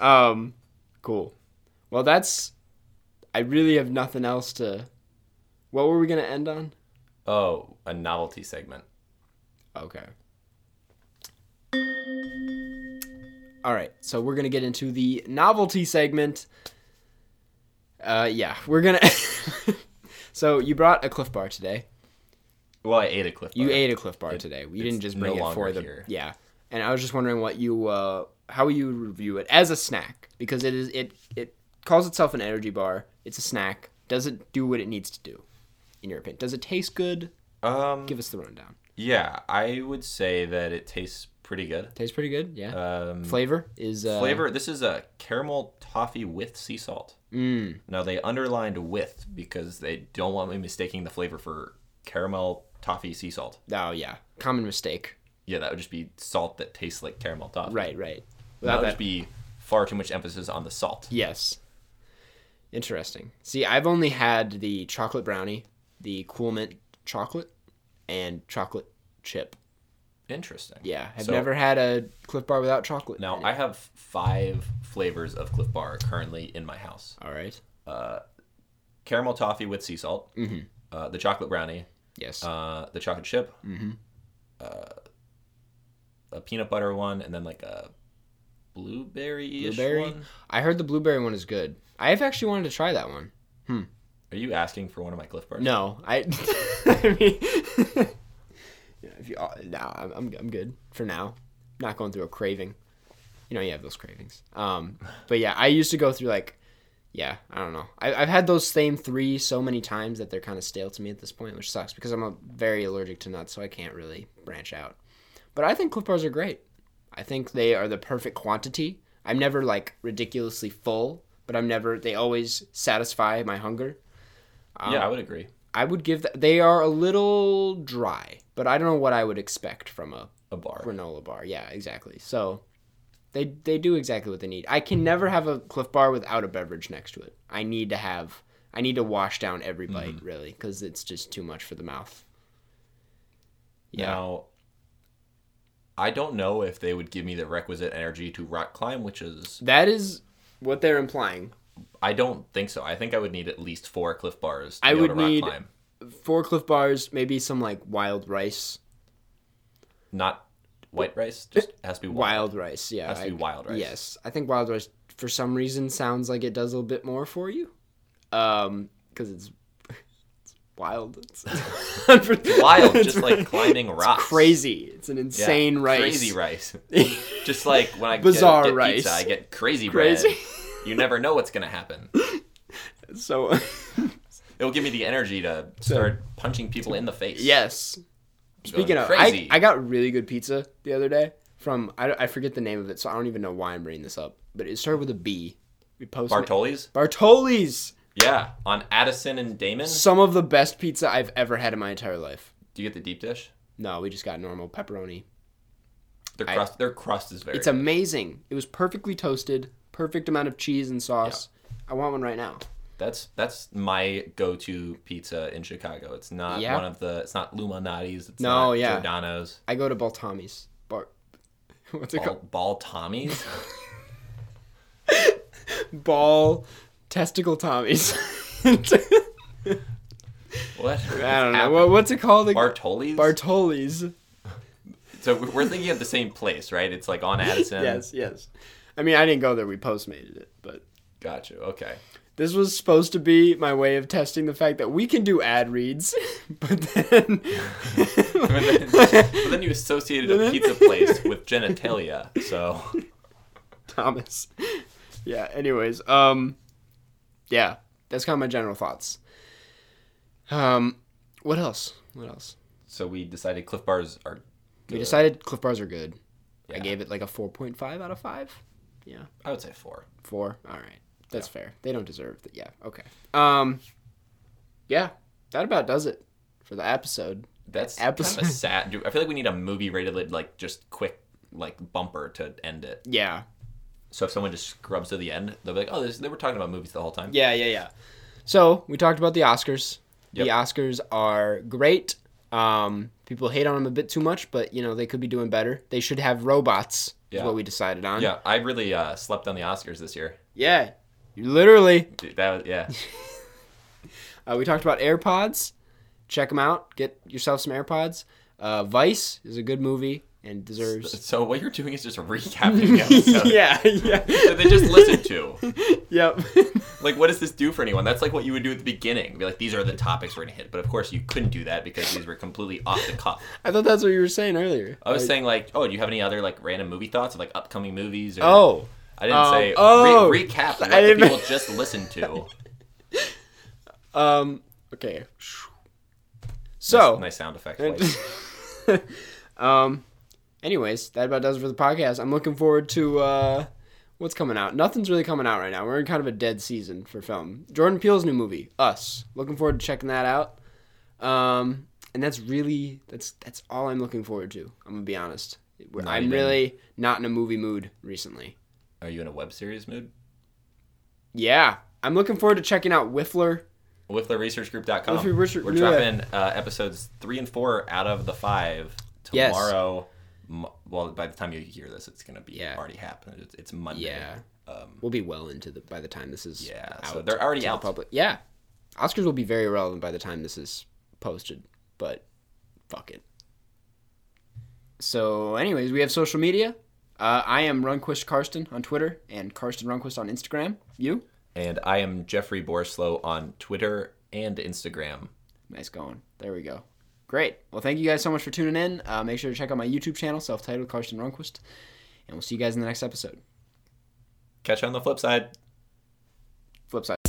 [SPEAKER 2] um, cool. Well, that's. I really have nothing else to. What were we gonna end on?
[SPEAKER 1] Oh, a novelty segment.
[SPEAKER 2] Okay. All right, so we're gonna get into the novelty segment. Uh, yeah, we're gonna. so you brought a Cliff Bar today.
[SPEAKER 1] Well, I ate a Cliff.
[SPEAKER 2] You
[SPEAKER 1] Bar.
[SPEAKER 2] ate a Cliff Bar
[SPEAKER 1] It-
[SPEAKER 2] today. You
[SPEAKER 1] it's
[SPEAKER 2] didn't just
[SPEAKER 1] no
[SPEAKER 2] bring it
[SPEAKER 1] longer
[SPEAKER 2] for the
[SPEAKER 1] here.
[SPEAKER 2] yeah. And I was just wondering what you uh, how you review it as a snack because it is it it calls itself an energy bar. It's a snack. Does it do what it needs to do? In your opinion, does it taste good?
[SPEAKER 1] Um.
[SPEAKER 2] Give us the rundown.
[SPEAKER 1] Yeah, I would say that it tastes pretty good.
[SPEAKER 2] Tastes pretty good. Yeah.
[SPEAKER 1] Um,
[SPEAKER 2] flavor is uh,
[SPEAKER 1] flavor. This is a caramel toffee with sea salt.
[SPEAKER 2] Mm,
[SPEAKER 1] Now they underlined with because they don't want me mistaking the flavor for caramel toffee sea salt.
[SPEAKER 2] oh yeah, common mistake.
[SPEAKER 1] Yeah, that would just be salt that tastes like caramel toffee.
[SPEAKER 2] Right, right.
[SPEAKER 1] That
[SPEAKER 2] Without
[SPEAKER 1] would
[SPEAKER 2] that,
[SPEAKER 1] just be far too much emphasis on the salt.
[SPEAKER 2] yes. Interesting. See, I've only had the chocolate brownie, the cool mint chocolate, and chocolate chip.
[SPEAKER 1] Interesting.
[SPEAKER 2] Yeah, I've
[SPEAKER 1] So-
[SPEAKER 2] never had a Cliff Bar without chocolate.
[SPEAKER 1] Now
[SPEAKER 2] in it.
[SPEAKER 1] I have five flavors of Cliff Bar currently in my house:
[SPEAKER 2] all right.
[SPEAKER 1] caramel toffee with sea salt,
[SPEAKER 2] Mm-hmm.
[SPEAKER 1] uh, the chocolate brownie,
[SPEAKER 2] Yes.
[SPEAKER 1] uh, the chocolate chip,
[SPEAKER 2] Mm-hmm.
[SPEAKER 1] uh, a peanut butter one, and then like a blueberry ish
[SPEAKER 2] blueberry.
[SPEAKER 1] one.
[SPEAKER 2] I heard the blueberry one is good. I've actually wanted to try that one.
[SPEAKER 1] Are you asking for one of my Cliff Bars?
[SPEAKER 2] No, I. I mean, yeah, if you, uh, nah, I'm, I'm I'm good for now. Not going through a craving. You know, you have those cravings. Um, but yeah, I used to go through like, yeah, I don't know. I, I've had those same three so many times that they're kind of stale to me at this point, which sucks because I'm a, very allergic to nuts, so I can't really branch out. But I think Cliff Bars are great. I think they are the perfect quantity. I'm never like ridiculously full, but I'm never. They always satisfy my hunger.
[SPEAKER 1] yeah, I would agree.
[SPEAKER 2] I would give that they are a little dry, but I don't know what I would expect from a
[SPEAKER 1] A bar.
[SPEAKER 2] granola bar. Yeah, exactly. So they they do exactly what they need. I can never have a Cliff Bar without a beverage next to it. I need to have I need to wash down every bite really cuz it's just too much for the mouth. Yeah.
[SPEAKER 1] Now, I don't know if they would give me the requisite energy to rock climb, which is
[SPEAKER 2] That is what they're implying.
[SPEAKER 1] I don't think so. I think I would need at least four Cliff Bars. To
[SPEAKER 2] I
[SPEAKER 1] be
[SPEAKER 2] would
[SPEAKER 1] able to rock
[SPEAKER 2] need-
[SPEAKER 1] climb.
[SPEAKER 2] Four Cliff Bars, maybe some like wild rice.
[SPEAKER 1] not white rice. Just has to be wild.
[SPEAKER 2] Wild rice, yeah.
[SPEAKER 1] Has to be
[SPEAKER 2] I-
[SPEAKER 1] wild rice.
[SPEAKER 2] Yes, I think wild rice for some reason sounds like it does a little bit more for you, um, because it's, it's wild. It's,
[SPEAKER 1] Wild,
[SPEAKER 2] it's
[SPEAKER 1] just like climbing rocks.
[SPEAKER 2] crazy. It's an
[SPEAKER 1] Yeah,
[SPEAKER 2] insane rice.
[SPEAKER 1] Crazy rice. just like when I
[SPEAKER 2] Bizarre
[SPEAKER 1] get, get
[SPEAKER 2] rice.
[SPEAKER 1] pizza, I get crazy,
[SPEAKER 2] Crazy.
[SPEAKER 1] bread. You never know what's gonna happen.
[SPEAKER 2] So
[SPEAKER 1] It'll give me the energy to start punching people in the face.
[SPEAKER 2] yes. Speaking of, I,
[SPEAKER 1] crazy.
[SPEAKER 2] I got really good pizza the other day from I, don't- I forget the name of it, so I don't even know why I'm bringing this up, but it started with a B. We posted it-
[SPEAKER 1] Bartoli's.
[SPEAKER 2] Bartoli's.
[SPEAKER 1] Yeah, on Addison and Damon.
[SPEAKER 2] Some of the best pizza I've ever had in my entire life.
[SPEAKER 1] Do you get the deep dish?
[SPEAKER 2] No, we just got normal pepperoni
[SPEAKER 1] Their crust. their crust is very.
[SPEAKER 2] It's amazing. It was perfectly toasted, perfect amount of cheese and sauce. I want one right now.
[SPEAKER 1] That's that's my go-to pizza in Chicago. It's not
[SPEAKER 2] Yeah.
[SPEAKER 1] one of the. It's not Luminati's. It's
[SPEAKER 2] No,
[SPEAKER 1] not
[SPEAKER 2] yeah.
[SPEAKER 1] Giordano's.
[SPEAKER 2] I go to Baltami's. Bar. What's it
[SPEAKER 1] Ball, ball Tommy's.
[SPEAKER 2] called? Ball testicle Tommy's. I
[SPEAKER 1] what?
[SPEAKER 2] don't know. What, what's it called? again?
[SPEAKER 1] Bartoli's.
[SPEAKER 2] Bartoli's.
[SPEAKER 1] so we- we're thinking of the same place, right? It's like on Addison.
[SPEAKER 2] Yes, yes. I mean, I didn't go there. We postmated it, but
[SPEAKER 1] Got you. Okay.
[SPEAKER 2] this was supposed to be my way of testing the fact that we can do ad reads, but then.
[SPEAKER 1] but, then, but then you associated a pizza place with genitalia. So
[SPEAKER 2] Thomas. yeah. Anyways, um, yeah, that's kind of my general thoughts. Um, what else? What else?
[SPEAKER 1] so we decided Cliff Bars are.
[SPEAKER 2] We
[SPEAKER 1] good.
[SPEAKER 2] decided Cliff Bars are good. I
[SPEAKER 1] Yeah.
[SPEAKER 2] gave it like a four point five out of five. Yeah,
[SPEAKER 1] I would say four.
[SPEAKER 2] four. All right, that's fair. They don't deserve that. Yeah. Okay. Um, yeah, That about does it for the episode.
[SPEAKER 1] That's
[SPEAKER 2] Episode.
[SPEAKER 1] kind of sad. Dude, I feel like we need a movie rated like just quick like bumper to end it.
[SPEAKER 2] Yeah.
[SPEAKER 1] So if someone just scrubs to the end, they'll be like, "Oh, this, they were talking about movies the whole time."
[SPEAKER 2] Yeah, yeah, yeah. So we talked about the Oscars. The
[SPEAKER 1] Yep.
[SPEAKER 2] Oscars are great. Um, people hate on them a bit too much, but you know they could be doing better. They should have robots. Is
[SPEAKER 1] Yeah.
[SPEAKER 2] what we decided on.
[SPEAKER 1] Yeah, I really uh, slept on the Oscars this year.
[SPEAKER 2] Yeah. You literally.
[SPEAKER 1] Dude, that was yeah.
[SPEAKER 2] Uh, we talked about AirPods. Check them out. Get yourself some AirPods. Uh, Vice is a good movie and deserves.
[SPEAKER 1] so what you're doing is just recapping the episode
[SPEAKER 2] yeah, yeah,
[SPEAKER 1] that they just listened to.
[SPEAKER 2] yep.
[SPEAKER 1] Like, what does this do for anyone? That's like what you would do at the beginning. Be like, these are the topics we're gonna hit. But of course, you couldn't do that because these were completely off the cuff.
[SPEAKER 2] I thought that's what you were saying earlier.
[SPEAKER 1] I was
[SPEAKER 2] Like,
[SPEAKER 1] saying like, oh, do you have any other like random movie thoughts of like upcoming movies? Or,
[SPEAKER 2] Oh,
[SPEAKER 1] I didn't
[SPEAKER 2] um,
[SPEAKER 1] say re-
[SPEAKER 2] oh.
[SPEAKER 1] recap what
[SPEAKER 2] I
[SPEAKER 1] the
[SPEAKER 2] didn't-
[SPEAKER 1] people just listened to.
[SPEAKER 2] um, okay. So,
[SPEAKER 1] nice sound effect. Like,
[SPEAKER 2] um, anyways, that about does it for the podcast. I'm looking forward to uh, what's coming out. Nothing's really coming out right now. We're in kind of a dead season for film. Jordan Peele's new movie, Us. Looking forward to checking that out. Um, and that's really that's that's all I'm looking forward to. I'm gonna be honest.
[SPEAKER 1] Not
[SPEAKER 2] I'm
[SPEAKER 1] even-
[SPEAKER 2] really not in a movie mood recently.
[SPEAKER 1] are you in a web series mood?
[SPEAKER 2] Yeah, I'm looking forward to checking out Whiffler.
[SPEAKER 1] WhifflerResearchGroup.com.
[SPEAKER 2] Whiffler Research-
[SPEAKER 1] We're
[SPEAKER 2] yeah.
[SPEAKER 1] dropping uh, episodes three and four out of the five
[SPEAKER 2] Yes.
[SPEAKER 1] tomorrow. M- Well, by the time you hear this, it's gonna be
[SPEAKER 2] Yeah.
[SPEAKER 1] already happened. It's, it's Monday.
[SPEAKER 2] Yeah.
[SPEAKER 1] Um,
[SPEAKER 2] We'll be well into the by the time this is
[SPEAKER 1] yeah.
[SPEAKER 2] out
[SPEAKER 1] So they're already
[SPEAKER 2] to the
[SPEAKER 1] out.
[SPEAKER 2] public. Yeah, Oscars will be very relevant by the time this is posted, but fuck it. So, anyways, we have social media. Uh, I am Runquist Karsten on Twitter and Karsten Runquist on Instagram. You?
[SPEAKER 1] And I am Jeffrey Borslow on Twitter and Instagram.
[SPEAKER 2] Nice going. There we go. Great. Well, thank you guys so much for tuning in. Uh, make sure to check out my YouTube channel, self titled Karsten Runquist, and we'll see you guys in the next episode.
[SPEAKER 1] Catch you on the flip side.
[SPEAKER 2] Flip side.